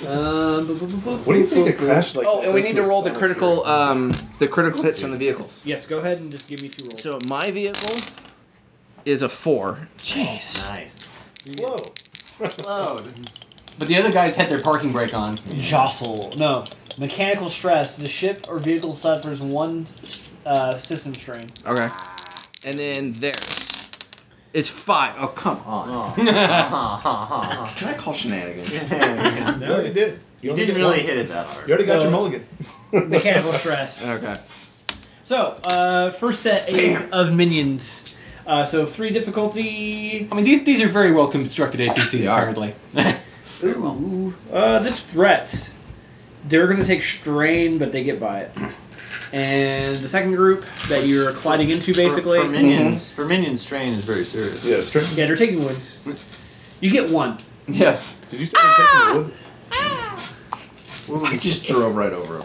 What do you think a crash like? oh, and we this need to would roll the sound critical, um, the critical hits from the vehicles. Yes, go ahead and just give me two rolls. So my vehicle is a four. Jeez. nice. Whoa. But the other guys had their parking brake on. Jostle. No. Mechanical stress. The ship or vehicle suffers one uh, system strain. Okay. And then theirs is five. Oh come on. Oh. Can I call shenanigans? You already did. You already didn't did really one. hit it that hard. You already got So- your mulligan. Mechanical stress. Okay. So, uh, first set eight of minions. Uh, so three difficulty. I mean, these these are very well constructed ACCs apparently. Ooh. Uh, this threats. They're gonna take strain, but they get by it. And the second group that you're colliding into, basically. For, for minions, for minions, strain is very serious. Yeah, straight. Yeah, they're taking wounds. You get one. Yeah. Did you say ah! wood? I just drove right over him.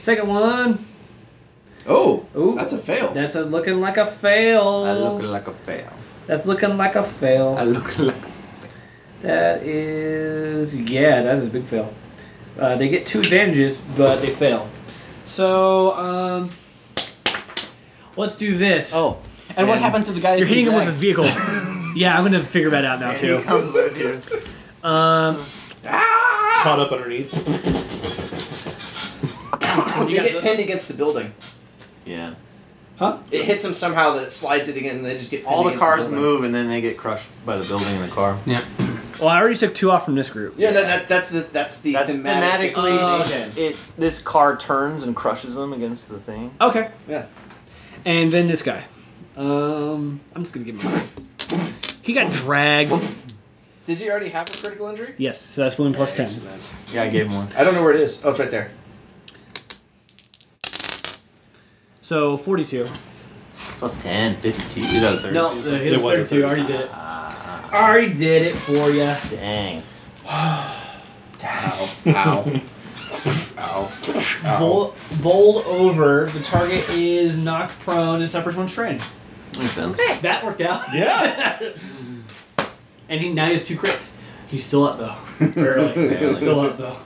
Second one. Oh, Ooh. that's a fail. That's a looking like a fail. I look like a fail. That's looking like a fail. I look like. That is yeah, that is a big fail. Uh, they get two advantages, but they fail. So um, let's do this. Oh, and what happened to the guy? you're that hitting came him with a back? vehicle. yeah, I'm gonna figure that out now too. comes with you. Um, Caught up underneath. You get pinned against the building. Yeah. It hits them somehow that it slides it again, and they just get pinned All the against cars building. move and then they get crushed by the building and the car. Yeah. well, I already took two off from this group. Yeah, that, that, that's the that's the That's thematic. uh, thematically. uh, explanation. it, it this car turns and crushes them against the thing. Okay, yeah. and then this guy. Um, I'm just gonna give him. He got dragged. Did you already have a critical injury? Yes, so that's one plus ten. Yeah, I gave him one. I don't know where it is. Oh, it's right there. So forty-two. Plus 10, 52. Is that a 30? No, the It hit was a was 32. I already did it. Ah. already did it for you. Dang. Ow. Ow. Ow. Bowl, bowled over. The target is knocked prone and suffers one strain. Makes sense. That worked out. Yeah. and he now he has two crits. He's still up though. Barely. Barely. Still up though.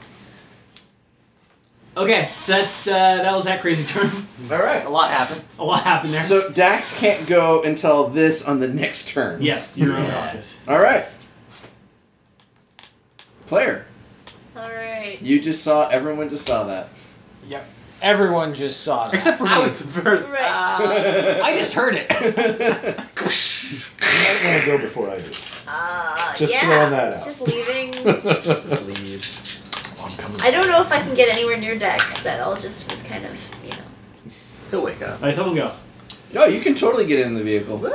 Okay, so that's uh, that was that crazy turn. All right. A lot happened. A lot happened there. So Dax can't go until this on the next turn. yes, you're Yeah. unconscious. All right. Player, All right. you just saw. Everyone just saw that. Yep. Everyone just saw that. Except for me. I was first. I just heard it. You might want to go before I do. Uh, Just yeah. throwing that out. Just leaving. I'm coming. I don't know if I can get anywhere near Dex. That all just was kind of, you know. He'll wake up. Alright, someone go. No, you can totally get in the vehicle.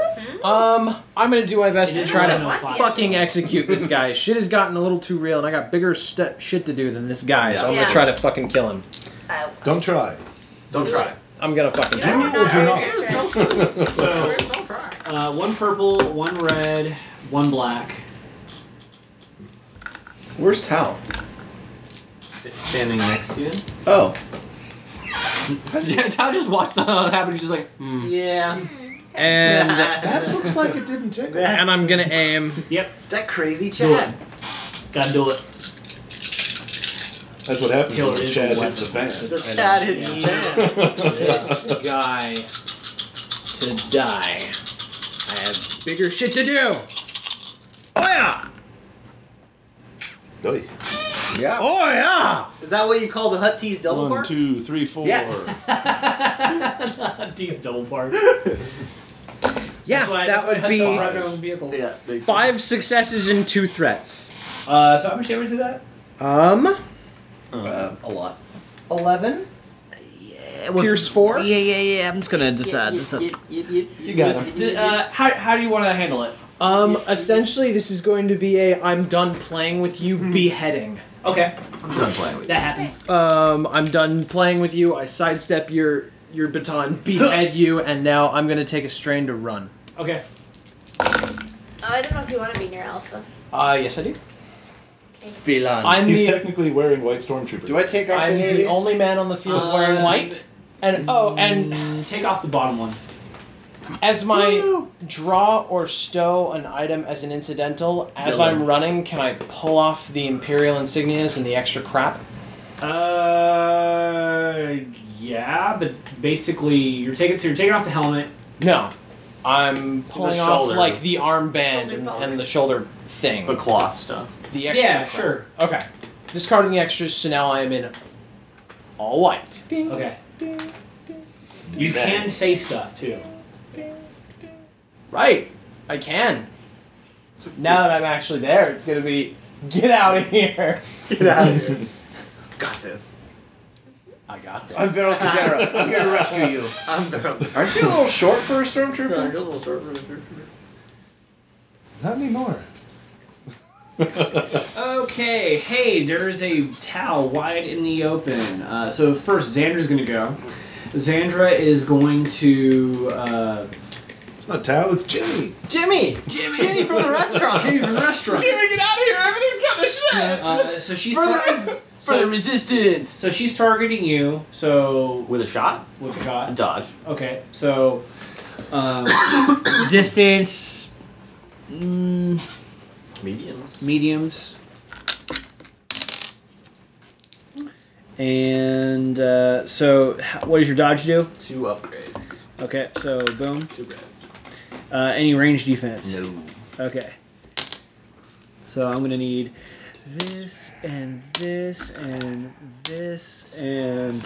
Um, I'm gonna do my best It to is try to 11:05. fucking execute this guy. shit has gotten a little too real, and I got bigger st- shit to do than this guy, so I'm Yeah. Uh, gonna try to fucking kill him. Don't try. Don't try. I'm gonna fucking Do try. or do So, uh, one purple, one red, one black. Where's Tal? Standing next to you. Oh. Todd just watched that happen. He's just like, Yeah. And that looks like it didn't tickle. and I'm gonna aim. Yep. That crazy Chad. Gotta do it. That's what happens Killer when is Chad a hits the fan. weapon. The Chad hits the this guy to die. I have bigger shit to do. Oh yeah. Oy. Yeah. Oh yeah. Is that what you call the hut tease double One, bark? two, three, four. Yes. D's double bark. Yeah, That's why- that that's why would Hudson be brought their own vehicles. five successes and two threats. Uh, so how much damage is that? Um, Uh, a lot. eleven. Yeah, Pierce four. Yeah, yeah, yeah. I'm just gonna decide. this up. You got him. D- Uh, how, how do you want to handle it? Um, essentially, this is going to be a I'm done playing with you beheading. Okay. I'm done playing with That happens. you. Um, I'm done playing with you. I sidestep your your baton, behead you, and now I'm gonna take a strain to run. Okay. Oh, I don't know if you want to be near Alpha. Uh, yes, I do. Villain. I'm He's the- technically wearing white stormtrooper. Do I take off I'm the the nadies? only man on the field Uh, wearing white. And oh, and take off the bottom one. As my draw or stow an item as an incidental, as Villain. I'm running, can I pull off the imperial insignias and the extra crap? Uh, yeah, but basically you're taking so you're taking off the helmet. No, I'm pulling off shoulder. like the armband and, and the shoulder thing. The cloth stuff. The extra. Yeah, crap. sure. Okay. Discarding the extras, so now I am in all white. Okay. You can say stuff too. Right. I can. Now that I'm actually there, it's gonna be get out of here. Get out of here. Got this. I got this. I'm Vero Cadera. I'm here to rescue you. I'm Vero. Aren't you a little short for a stormtrooper? You're a little short for a stormtrooper. Not anymore. Okay, hey, there is a towel wide in the open. Uh, so first, Xandra's gonna go. Xandra is going to. Uh, it's not towel. It's Jimmy. Jimmy. Jimmy! Jimmy from the restaurant. Jimmy from the restaurant. Jimmy, get out of here! Everything's got to shit. Uh, so she's For the for the resistance. So she's targeting you. So with a shot. With a shot. Dodge. Okay, so um, distance. Mm, Mediums. mediums. And uh, so, h- what does your dodge do? Two upgrades. Okay, so boom. Two reds. Uh, any range defense? No. Okay. So I'm gonna need this and this and this and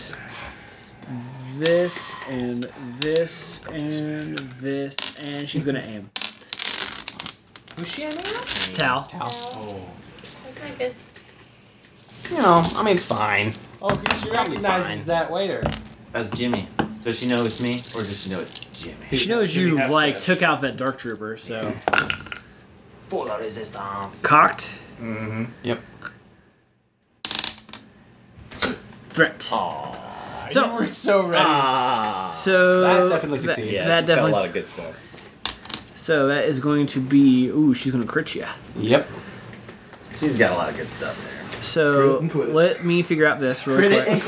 this and this and this and she's gonna aim. Who's she aiming at? Tal. That's not good. You know, I mean, it's fine. Oh, because she recognizes fine. that waiter. That's Jimmy. Does she know it's me, or does she know it's Jimmy? She knows you like took out that dark trooper, so For the resistance. cocked Mm-hmm. Yep. threat. So you were so ready. So Ah, That definitely succeeds. That, Yeah, that she's got a definitely. lot of good stuff. So that is going to be. Ooh, she's gonna crit you. Yep. She's got a lot of good stuff there. So let me figure out this real Crit quick. it and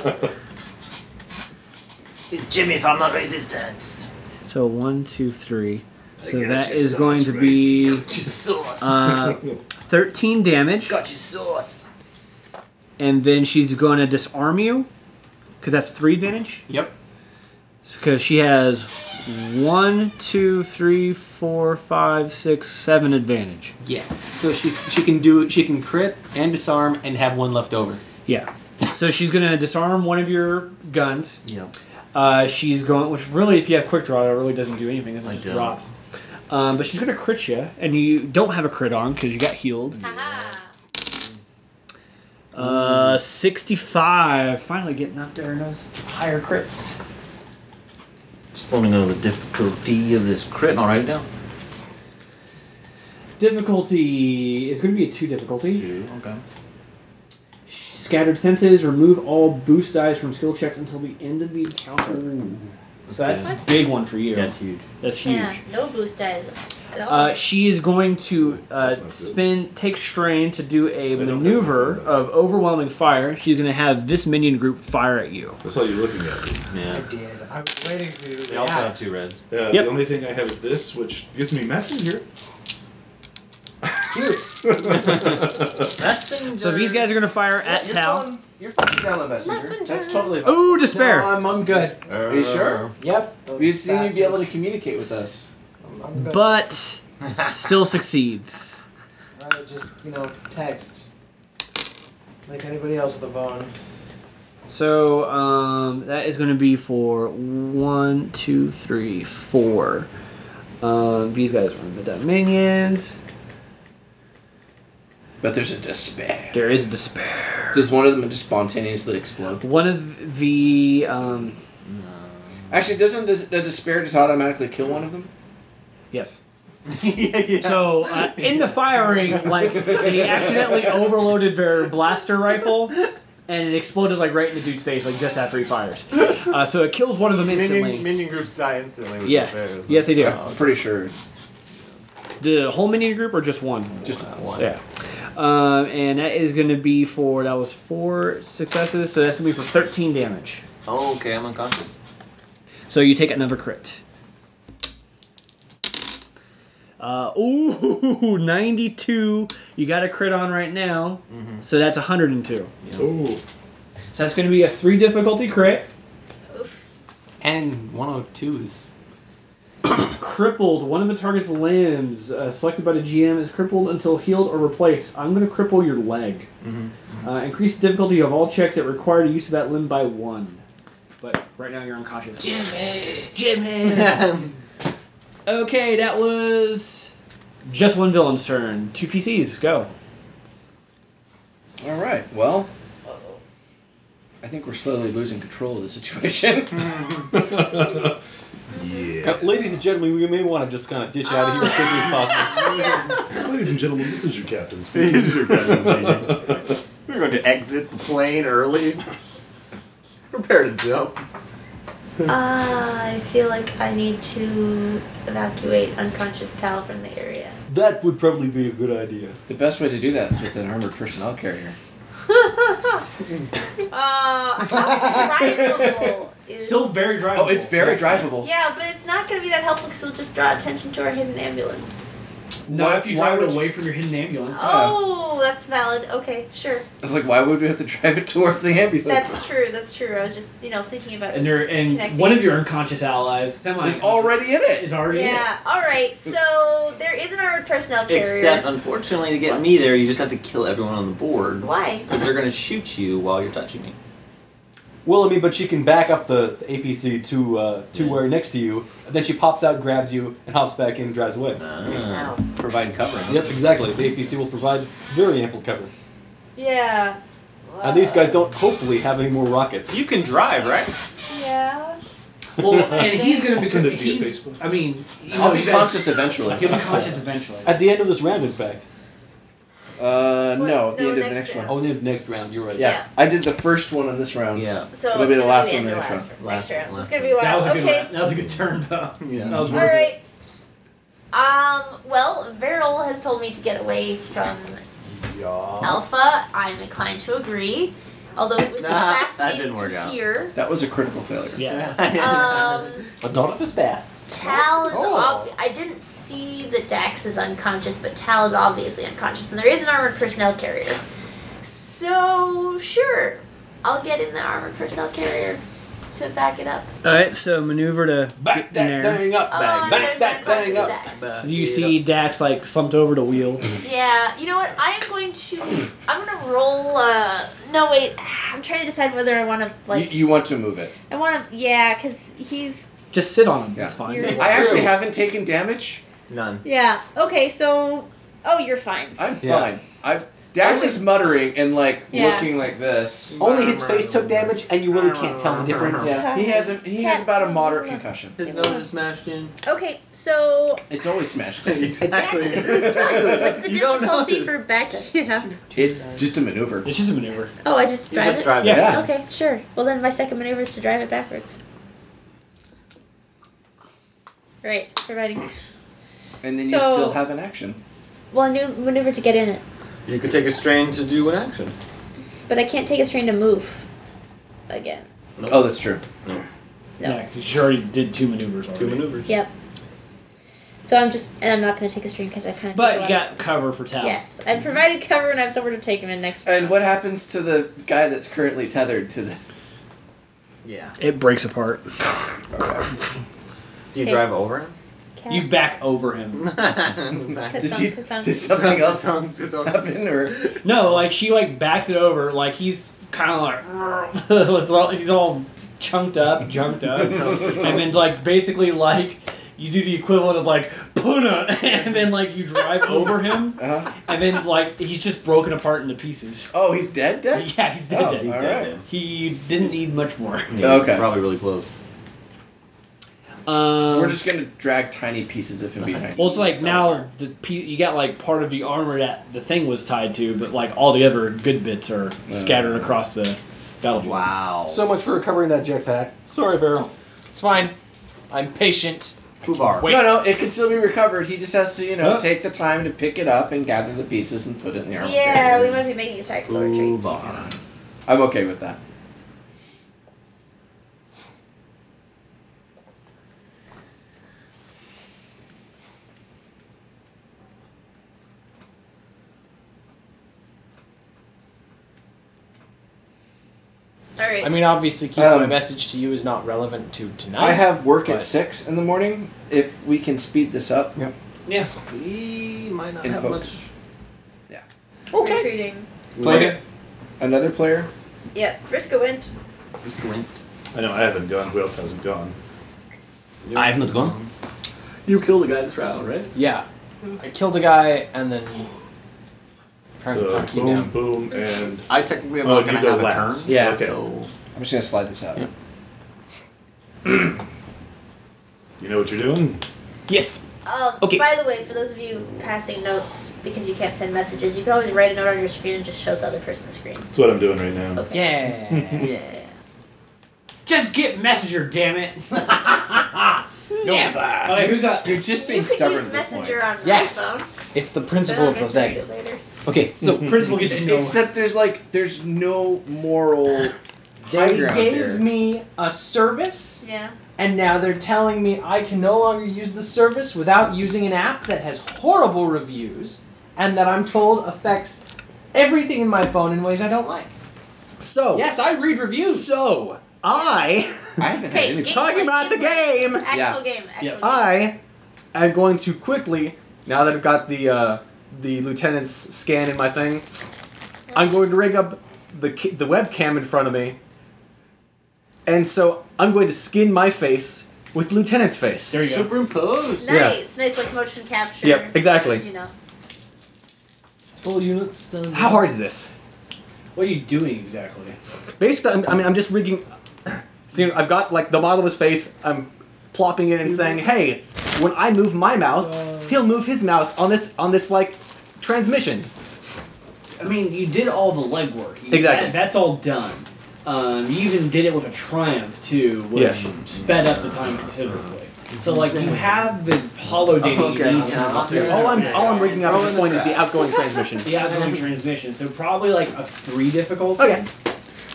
quit it. it's Jimmy from the resistance. So one, two, three. So got that your is sauce going to ready. be Got your sauce. uh, thirteen damage, Got your sauce. and then she's going to disarm you because that's three damage. Yep. Because she has one, two, three, four, five, six, seven advantage. Yeah. So she's she can do she can crit and disarm and have one left over. Yeah. So she's gonna disarm one of your guns. Yeah. Uh, she's going, which really, if you have quick draw, it really doesn't do anything. It I just don't. drops. Um, but she's gonna crit you, and you don't have a crit on because you got healed. Uh, sixty-five. Finally getting up there in those higher crits. Just let me know the difficulty of this crit. All right now. Difficulty is going to be a two difficulty. Okay. Scattered senses. Remove all boost dice from skill checks until the end of the encounter. so that's a What? big one for you. That's huge. That's huge. Yeah, no boost dies at all. Uh, she is going to uh, spin, take strain to do a maneuver of overwhelming fire. She's going to have this minion group fire at you. That's all you're looking at. Yeah. did. I was waiting for you to They also react. have two reds. Yeah, Yep. Uh, The only thing I have is this, which gives me messenger. So these guys are going to fire at Tal. You're fucking down on messenger. That's totally fine. Ooh, despair. No, I'm, I'm good. Uh, Are you sure? Yep. We've seen you be able to communicate with us. But still succeeds. Alright, just, you know, text. Like anybody else with a phone. So um, that is going to be for one, two, three, four. Um, these guys are the minions. But there's a despair. There is despair. Does one of them just spontaneously explode? One of the um, Actually, doesn't does the despair just automatically kill one of them? Yes. So uh, in the firing, like they accidentally overloaded their blaster rifle, and it exploded like right in the dude's face, like just after he fires. Uh, so it kills one of them instantly. Minion, minion groups die instantly. With Yeah. despair. Yes, they do. I'm pretty sure. The whole minion group or just one? Just one. Yeah. Um, and that is going to be for that was four successes, so that's going to be for thirteen damage. Oh, okay. I'm unconscious. So you take another crit. Uh, ooh, 92. You got a crit on right now. Mm-hmm. So that's 102. Ooh. Oh. So that's going to be a three difficulty crit. And 102 is. Crippled. One of the target's limbs uh, selected by the GM is crippled until healed or replaced. I'm going to cripple your leg. Mm-hmm. Uh, increase the difficulty of all checks that require the use of that limb by one. But right now you're unconscious. Jimmy! Jimmy! okay, that was just one villain's turn. Two PCs, go. All right. Well, I think we're slowly losing control of the situation. Uh, ladies and gentlemen, we may want to just kind of ditch out of here as quickly as possible. Ladies and gentlemen, this is your captain speaking. This is your captain's We're going to exit the plane early. Prepare to jump. Uh, I feel like I need to evacuate unconscious Tal from the area. That would probably be a good idea. The best way to do that is with an armored personnel carrier. Uh, drivable is Still very drivable. Oh, it's very drivable. yeah, but it's not gonna be that helpful because it'll just draw attention to our hidden ambulance. No, Why- if you why drive it would away from your hidden ambulance. Oh, that's valid. Okay, sure. It's like, why would we have to drive it towards the ambulance? That's true. That's true. I was just you know thinking about And they're and Connecting. one of your unconscious allies semi It's already in it. is already in Yeah. All right. So there is an armored personnel carrier. Except, unfortunately, to get me there, you just have to kill everyone on the board. Why? Because they're going to shoot you while you're touching me. Well, I mean, but she can back up the, the APC to uh, to where next to you. And then she pops out, grabs you, and hops back in, and drives away. Uh. Ah. Provide covering. Yep, exactly. The APC will provide very ample cover. yeah. And Uh, these guys don't hopefully have any more rockets. You can drive, right? Yeah. Well, and he's gonna I'll be. send it via He's, I mean, you I'll know, be you guys- conscious eventually. He'll be conscious eventually. At the end of this round, in fact. Uh, What? no, at the end No, of the next next round. round. Oh, the next round. You're right. Yeah. I did the first one on this round. Yeah. So It'll be it's the gonna last be one the the end of next last round. round. Next round. So it's gonna be wild. That was a good. okay. That was a good turn, though. Yeah. That was All worth it. right. Um. Well, Veril has told me to get away from Oh. Alpha. I'm inclined to agree, although it was Nah, that fascinating didn't work to out. hear. That was a critical failure. Uh, Um. But not at this bad. Tal is Oh. ob- I didn't see that Dax is unconscious, but Tal is obviously unconscious, and there is an armored personnel carrier. So sure, I'll get in the armored personnel carrier to to back it up. All right, so maneuver to back get in there. up, bag. Oh, Back there's that my thing up. conscious Dax. You see Dax like slumped over to wheel. Yeah, you know what? I am going to. I'm going to roll. Uh, no, wait. I'm trying to decide whether I want to like. you, you want to move it. I want to. Yeah, because he's. Just sit on him. That's fine. You're- I actually haven't taken damage. None. Yeah. Okay. So. Oh, you're fine. I'm Yeah. fine. I Dax is muttering and like Yeah. Oh, looking like this. Only his face took damage, and you really can't tell the difference. Yeah. He has a, he has about a moderate concussion. His nose is smashed in. Okay. So. It's always smashed. exactly. What's the difficulty for backing up? It's just a maneuver. It's just a maneuver. Oh, I just You drive just it. drive it. Yeah. Okay. Sure. Well, then my second maneuver is to drive it backwards. Right. Providing. And then you So- still have an action. Well, I knew maneuver to get in it, You could take a strain to do an action. but I can't take a strain to move. Again. Oh, that's true. No. No. Yeah, 'cause you already did two maneuvers already. Two maneuvers. Yep. So I'm just, and I'm not going to take a strain because I kind of. But got cover for towel. Yes, I've provided cover and I have somewhere to take him in next. And what happens to the guy that's currently tethered to the? Yeah. It breaks apart. Do you Okay. drive over him? Cat. You back over him. Does he? Does something else happen or? No, like she like backs it over. Like he's kind of like with all- he's all chunked up, junked up, and then like basically like you do the equivalent of like puna, and then like you drive over him, and then like he's just broken apart into pieces. uh-huh. Oh, he's dead. Dead. Yeah, he's dead. Oh, dead. all right. He didn't need much more. Okay. Probably really close. Um, We're just gonna drag tiny pieces of him behind. Well, it's like now the pe- you got like part of the armor that the thing was tied to, but like all the other good bits are scattered across the battlefield. Wow. So much for recovering that jetpack. Sorry, Beryl. It's fine. I'm patient. Fubar. Wait. No, no, it can still be recovered. He just has to, you know, Huh? take the time to pick it up and gather the pieces and put it in the armor. Yeah, we might be making a tactical retreat. Fubar. I'm okay with that. All right. I mean, obviously, Keith, my Um, message to you is not relevant to tonight. I have work at but- six in the morning. If we can speed this up, yep. Yeah. We might not In have focus. much. okay. Retreating. Player, another player. Yep. Briscoe went. I know I haven't gone. Who else hasn't gone? I have not gone. You killed the guy this round, right? Yeah. I killed a guy and then. Trying to So, talk you boom, down. boom, and I technically am oh, not gonna you go have a last. turn. Yeah. Okay. I'm just gonna slide this out. You know what you're doing. Yes. Um, Okay. By the way, for those of you passing notes because you can't send messages, you can always write a note on your screen and just show the other person the screen. Hmm. That's what I'm doing right now. Okay. Yeah. yeah. Just get messenger, damn it. Yeah. Okay, who's up? You're just You could use Messenger on Yes. my phone. It's the principle of But I'll the get you thing. to read it later. Okay, so principle gets you nowhere. Except there's like there's no moral high They ground gave here. me a service, Yeah. and now they're telling me I can no longer use the service without using an app that has horrible reviews, and that I'm told affects everything in my phone in ways I don't like. So Yes, I read reviews. So I I haven't Okay, game talking play, about the game. game. play. Actual game. Actual game. I am going to quickly now that I've got the uh, the lieutenant's scan in my thing. I'm going to rig up the ca- the webcam in front of me, and so I'm going to skin my face with lieutenant's face. There you go. Superimpose. Nice, nice like motion capture. Yep, exactly. You know. Full units. done. Yeah. How hard is this? What are you doing exactly? Basically, I'm, I mean, I'm just rigging. So you know, I've got like the model of his face. I'm plopping it and saying, "Hey, when I move my mouth, he'll move his mouth on this on this like transmission." I mean, you did all the legwork. You- Exactly. that- that's all done. Um, you even did it with a triumph too, which Yes. sped up the time considerably. So like you have the holiday Oh, okay. All I'm all I'm rigging up at this point is the outgoing transmission. the outgoing transmission. So probably like a three difficulty. Okay.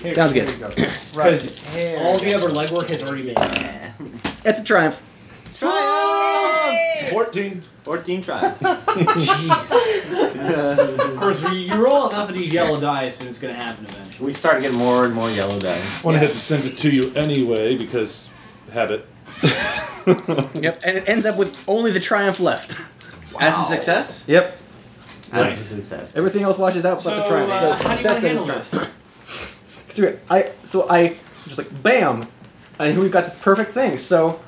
Here, Sounds here good. we go. Because all the other legwork has already been done. That's a triumph. Triumph! 14. 14 tribes. Jeez. of course, you- you roll enough of these yellow dice, and it's going to happen eventually. We started getting more and more yellow dye. Well, I had to send it to you anyway because habit. yep, and it ends up with only the triumph left. As a success? Yep. That was a success. Everything else washes out, but the So, triumph. uh, how do you success wanna then handle is triumph. so I, so I just like bam, and we've got this perfect thing. So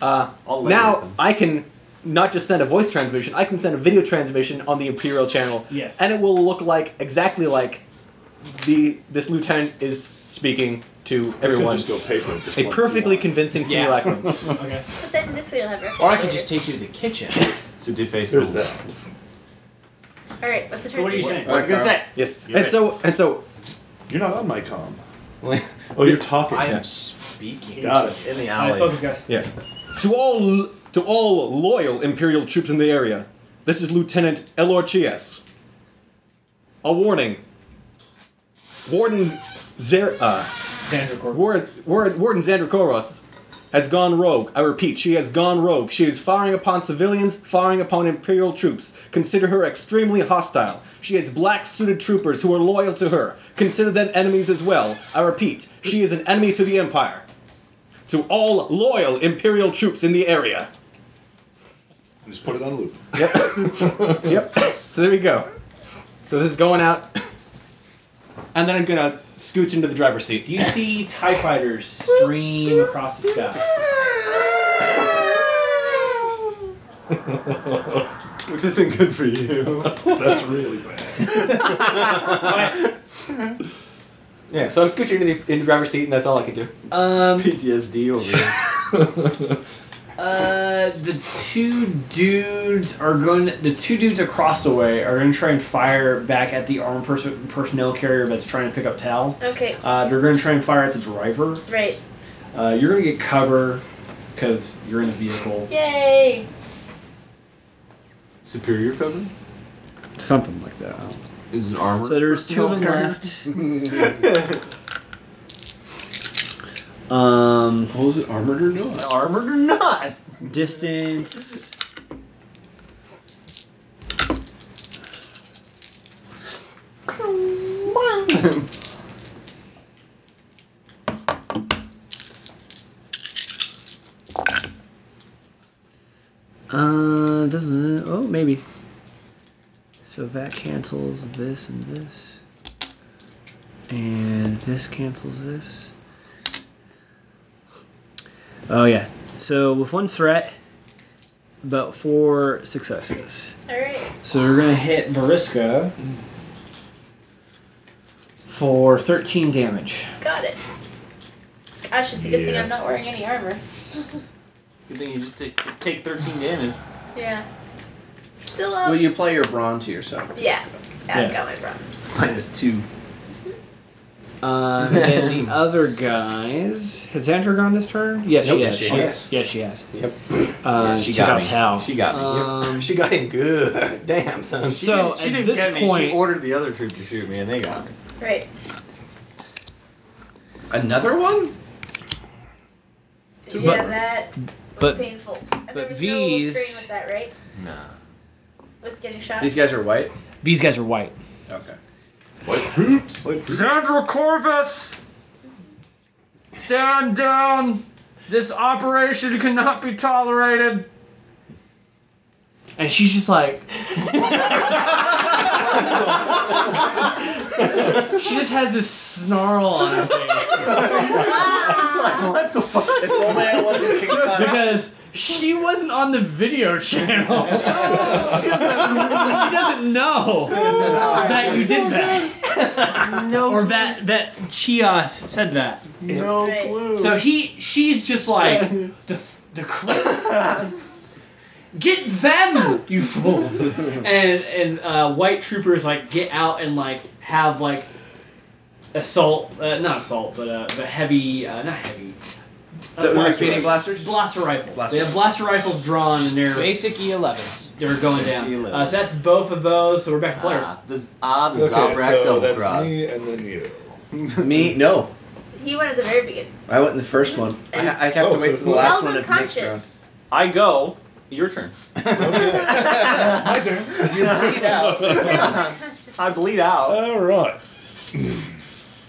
uh, All now layers. I can not just send a voice transmission, I can send a video transmission on the Imperial channel. Yes. and it will look like exactly like the this lieutenant is speaking to everyone. just go paper at this a point. perfectly convincing Yeah. simulacrum. okay. But then this way you'll have reference Or I could later. just take you to the kitchen. to deface There's the- that. All right, what's the So turn? what are you saying? What's gonna say? Yes. You're and right. so and so You're not on my com. oh, you're talking. I am speaking. Got it. In the All right, focus, guys. Yes. To all to all loyal Imperial troops in the area, this is Lieutenant Elor Chies. A warning. Warden Zer uh Xander Koros. Warden, Warden, Warden Xander Koros has gone rogue. I repeat, she has gone rogue. She is firing upon civilians, firing upon Imperial troops. Consider her extremely hostile. She has black suited troopers who are loyal to her. Consider them enemies as well. I repeat, she is an enemy to the Empire. To all loyal Imperial troops in the area. And just put it on loop. Yep. yep. So there we go. So this is going out. And then I'm gonna scooch into the driver's seat. You see TIE fighters stream across the sky. Which isn't good for you. That's really bad. yeah, so I'm scooching into the, in the driver's seat, and that's all I can do. Um, PTSD over here. Uh, the two dudes are going. To, the two dudes across the way are going to try and fire back at the armed person, personnel carrier that's trying to pick up Tal. Okay. Uh, they're going to try and fire at the driver. Right. Uh, you're going to get cover because you're in a vehicle. Yay! Superior cover? Something like that. Is an armor. So there's two of them left. Um, what was it, armored or not? Armored or not? distance. Uh, doesn't. Oh, maybe. So that cancels this and this. And this cancels this. Oh, yeah. So with one threat, about four successes. Alright. So we're going to hit Bariska for 13 damage. Got it. Gosh, it's a good thing Yeah. I'm not wearing any armor. Good thing you just take, take 13 damage. yeah. Still up. Well, you play your brawn to yourself. yeah. Yeah. I've got my bra. Minus two. Uh, and the other guys. Has Xandra gone this turn? Yes, Nope. she has. Yes, she She has. has. Yes, she has. Yep. Uh, Yeah, she she got got me. Tal. She got me. Um, she got him good. Damn, son. She So, didn't- she at didn't this get me. She point- ordered the other troop to shoot me, and they got me. Right. Another one? yeah, that was but- painful. And there but was no little these- screen with that, right? Nah. With getting shot. These guys are white? These guys are white. Okay. White troops. White troops. Sandra Corvus, stand down. This operation cannot be tolerated. And she's just like. she just has this snarl on her face. what the fuck? If only I wasn't kicked out. because she wasn't on the video channel. she, doesn't, know that you did that. No or that that Chios said that. No clue. So he she's just like the the cl- Get them, you fools! and and uh, white troopers like get out and like have like assault, uh, not assault, but uh, but heavy, uh, not heavy. The repeating blasters? Blaster rifles. Blaster they have blaster rifles drawn, and they're basic E E11s. They're going down. E11s. Uh, so that's both of those. So we're back to players. Ah, the, ah, the Okay, Zabrak so double that's cross. me and then you. Me? No. He went at the very beginning. I went in the first one. I, I Oh, have Oh, to wait for the last Mel's one to next round. unconscious. I go. Your turn. My turn. You bleed out. I bleed out. All right.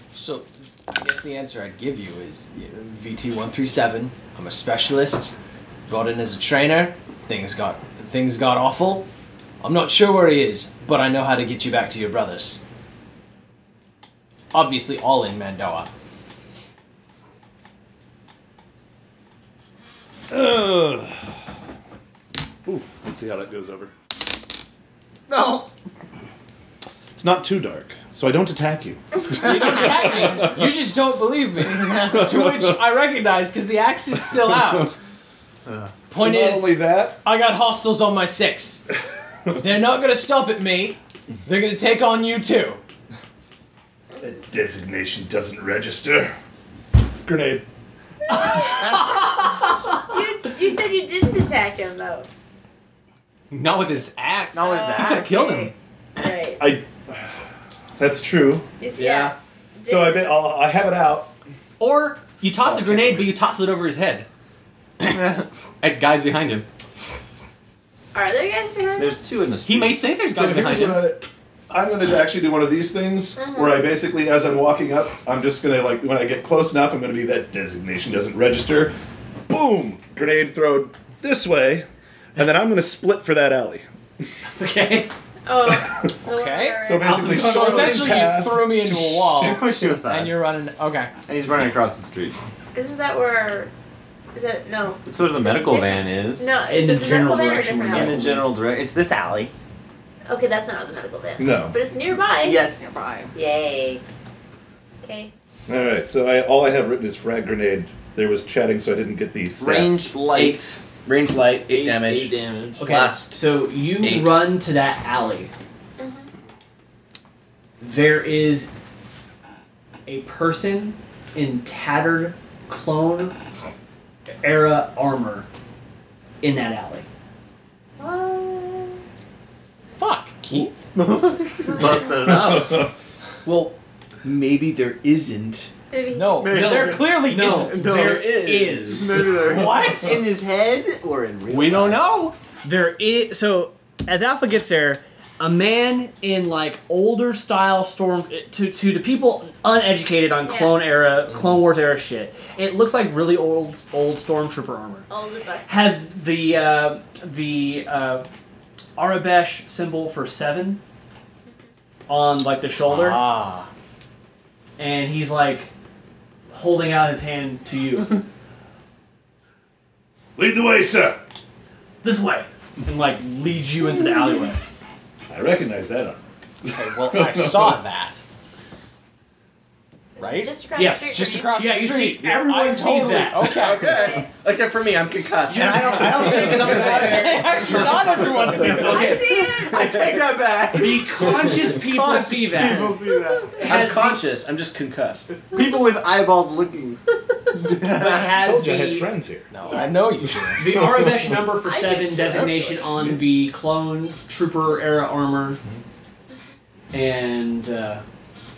So, I guess the answer I'd give you is you know, VT137. I'm a specialist. Brought in as a trainer. Things got things got awful. I'm not sure where he is, but I know how to get you back to your brothers. Obviously, all in Mandoa. Ugh. Ooh, let's see how that goes over. No. It's not too dark, so I don't attack you. you just don't believe me. to which I recognize because the axe is still out. Point So not is, Ah. only that, I got hostiles on my six. They're not gonna stop at me. They're gonna take on you too. That designation doesn't register. Grenade. you, you said you didn't attack him though. Not with his axe. Not with his axe. could have killed him. Right. I. That's true. You see- Yeah. So I bet I'll, I have it out. Or you Oh, toss a grenade, but you toss it over his head. At guys behind him. Are there guys behind? There's two in this. He may think there's So guys here's behind what him. I, I'm going to actually do one of these things where I basically, as I'm walking up, I'm just going to like when I get close enough, I'm going to be that designation doesn't register. Boom! Grenade thrown this way, and then I'm going to split for that alley. Okay. Oh. Okay. So basically, so Charlotte essentially, you passed threw me into a wall. She pushed you aside. And you're running. Okay. And he's running across the street. Isn't that where? Is that no? That's where the It's medical different. van is. No, is it the medical van or a different In the alley? general direction. It's this alley. Okay, that's not the medical van. No. But it's nearby. Yeah, it's nearby. Yay. Okay. All right, so I, all I have written is frag grenade. There was chatting, so I didn't get the stats. Range light. Eight. Range light, eight, damage. Eight damage. Okay, Last so you eight. run to that alley. There is a person in tattered clone era armor in that alley. Fuck, Keith. He's busted it up. well, maybe there isn't. No, Maybe. Oh, there clearly No, isn't. no. There is. is. Maybe there is. What? In his head or in real We don't know. There is so as Alpha gets there, a man in like older style storm eh, to to the people uneducated on Clone era, Clone Wars era shit. It looks like really old old stormtrooper armor. All the bus. Has the uh, the uh, Arabesh symbol for seven on like the shoulder, Ah. and he's like holding out his hand to you. Lead the way, sir. this way, and like leads you into the alleyway. I recognize that armor. Okay, well, I saw that. Right? Just across yes, the street. just right? across the street. Yeah, I totally- Okay. okay. Except for me, I'm concussed. I don't- I don't think I'm Actually, not everyone sees it. I I take that back. The conscious people Conscious see that. people see that. I'm conscious. I'm just concussed. People with eyeballs looking. has Told you I had the- friends here. No, I know you. The Arabesh number for I seven did too, designation on the clone trooper era armor, and uh,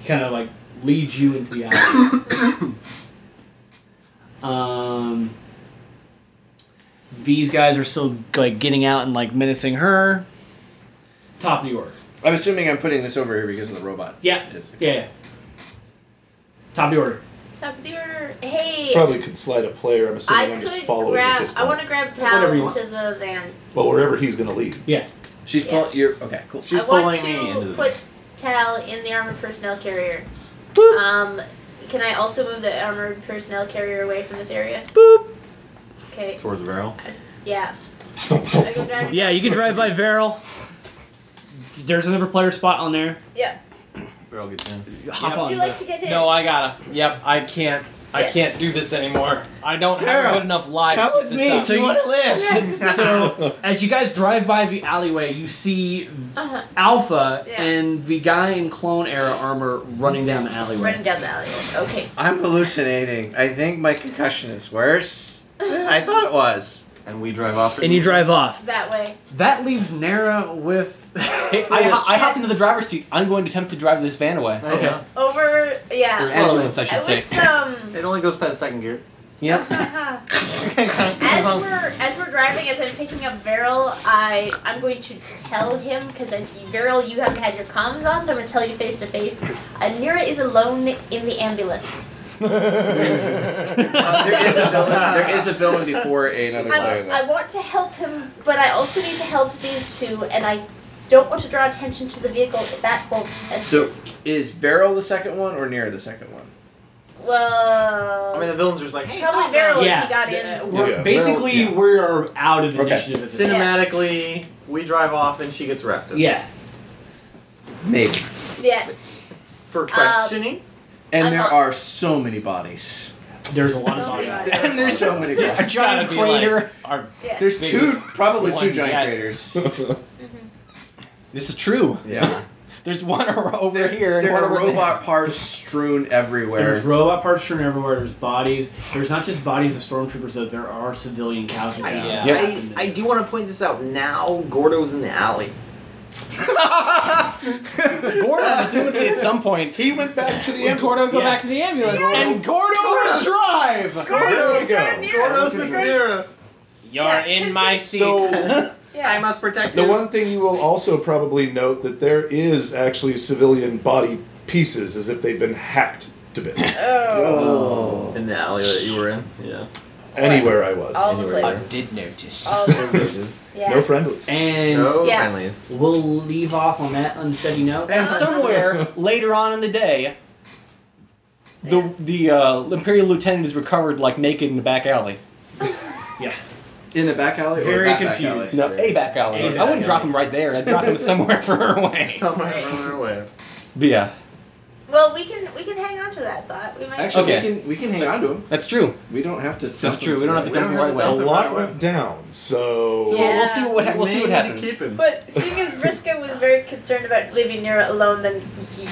kind of like leads you into the alley. um, these guys are still like getting out and like menacing her. Top New York. I'm assuming I'm putting this over here because of the robot. Yeah. Is- Yeah. yeah. Top of the order. Top of the order. Hey. Probably could slide a player. I'm assuming I I'm just could following at grab. this I point. want to grab Whatever Tal you into want. the van. Well, wherever he's going to lead. Yeah. She's Yeah. pulling. You're okay. Cool. I want to put Tal in the armored personnel carrier. Um, can I also move the armored personnel carrier away from this area? Boop. Okay. Towards Varel. I s- Yeah. I go down. Yeah, you can drive by Veril. There's another player spot on there. Yeah. Varel gets in. Hop on. Do you like to get hit? No, I gotta. Yep, I can't. I Yes. can't do this anymore. I don't have Vera, a good enough lie. to come keep with this me up. if So you you- wanna live. Yes. so as you guys drive by the alleyway, you see Uh-huh. Alpha Yeah. Uh, and the guy in clone era armor running down the alleyway. Running down the alley. Okay. I'm hallucinating. I think my concussion is worse than I thought it was. and we drive off. And you drive off. That way. That leaves Nara with. hey, I, ho- I hop into the driver's seat. I'm going to attempt to drive this van away. Okay. Over, yeah. Or ambulance, I should With, say. um, It only goes past second gear. Yep. as we're as we're driving, as I'm picking up Veryl, I I'm going to tell him because Veryl, you haven't had your comms on, so I'm going to tell you face to face. Uh, Nira is alone in the ambulance. Uh, there, is a villain, there is a villain before another I, player. I though. want to help him, but I also need to help these two, and I don't want to draw attention to the vehicle. That won't So assist. is Varel the second one or near the second one? well, I mean, the villains are just like, hey, probably Veryl if Yeah. he got Uh, in. we're- Yeah. Basically, Well, we're out of initiative at this point. Cinematically, we drive off and she gets arrested. Yeah. Maybe. Yes. For questioning? And there are so many bodies. There's a lot of bodies. and there's so many There's bodies. a giant Gotta be like- crater. Yes. There's two, biggest probably one two giant yet. craters. This is true. Yeah. There's one over over here. and There one are over there. robot parts strewn everywhere. There's robot parts strewn everywhere. There's bodies. There's not just bodies of stormtroopers, though. There are civilian couches. I, down. I, I do want to point this out now. Gordo's in the alley. Gordo presumably at some point. He went back to the Would Gordo go Yeah. back to the ambulance? Yes. And Gordo, Gordo. drive! Gordo, go. Gordo's with Nira. You're in my seat. So- I must protect The you. one thing you will also probably note that there is actually civilian body pieces as if they've been hacked to bits. Oh. In the alley that you were in? Yeah. Anywhere I was. All the Anywhere I places. did notice. All the- yeah. No friendlies. And Oh. No Yeah. friendlies. We'll leave off on that unsteady note. And somewhere later on in the day, the the uh, Imperial Lieutenant is recovered like naked in the back alley. Yeah. In the back alley? or Very that confused. Back No, alley? a back alley. A I I back wouldn't drop him right there. I'd drop him somewhere further away. Somewhere further away. But yeah, Well, we can we can hang on to that thought. We might. Actually, Okay. we can we can hang on to him. that's true. We don't have to. That's true. We don't have to dump him right away. A lot went down, so. So we'll- we'll see what ha- we'll see what Maybe happens. keep him. But seeing as Riska was very concerned about leaving Nira alone, then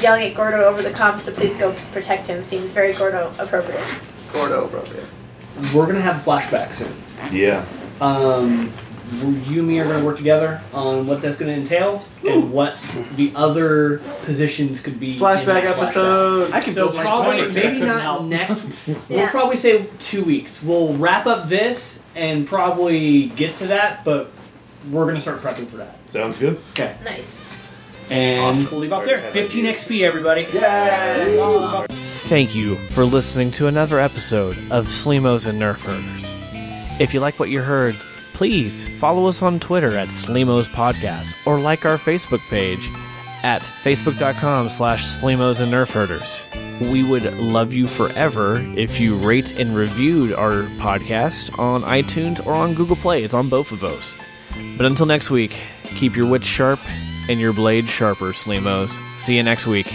yelling at Gordo over the comms to please go protect him seems very Gordo appropriate. Gordo broke it. We're gonna have a flashback soon. Yeah. Um, you and me are gonna work together on what that's gonna entail and what the other positions could be. in that Flashback episode. I can So build my probably stomach, I maybe couldn't not help. next. We'll Yeah. probably say two weeks. We'll wrap up this and probably get to that, but we're gonna start prepping for that. Sounds good. Okay, Nice. and we'll leave off there. 15 XP, everybody. Yeah. Thank you for listening to another episode of Sleemos and Nerf Herders. If you like what you heard, please follow us on Twitter at Sleemos Podcast or like our Facebook page at facebook.com slash Sleemos and Nerf Herders. We would love you forever if you rate and reviewed our podcast on iTunes or on Google Play. It's on both of those. But until next week, keep your wits sharp and your blade sharper, Sleemos. See you next week.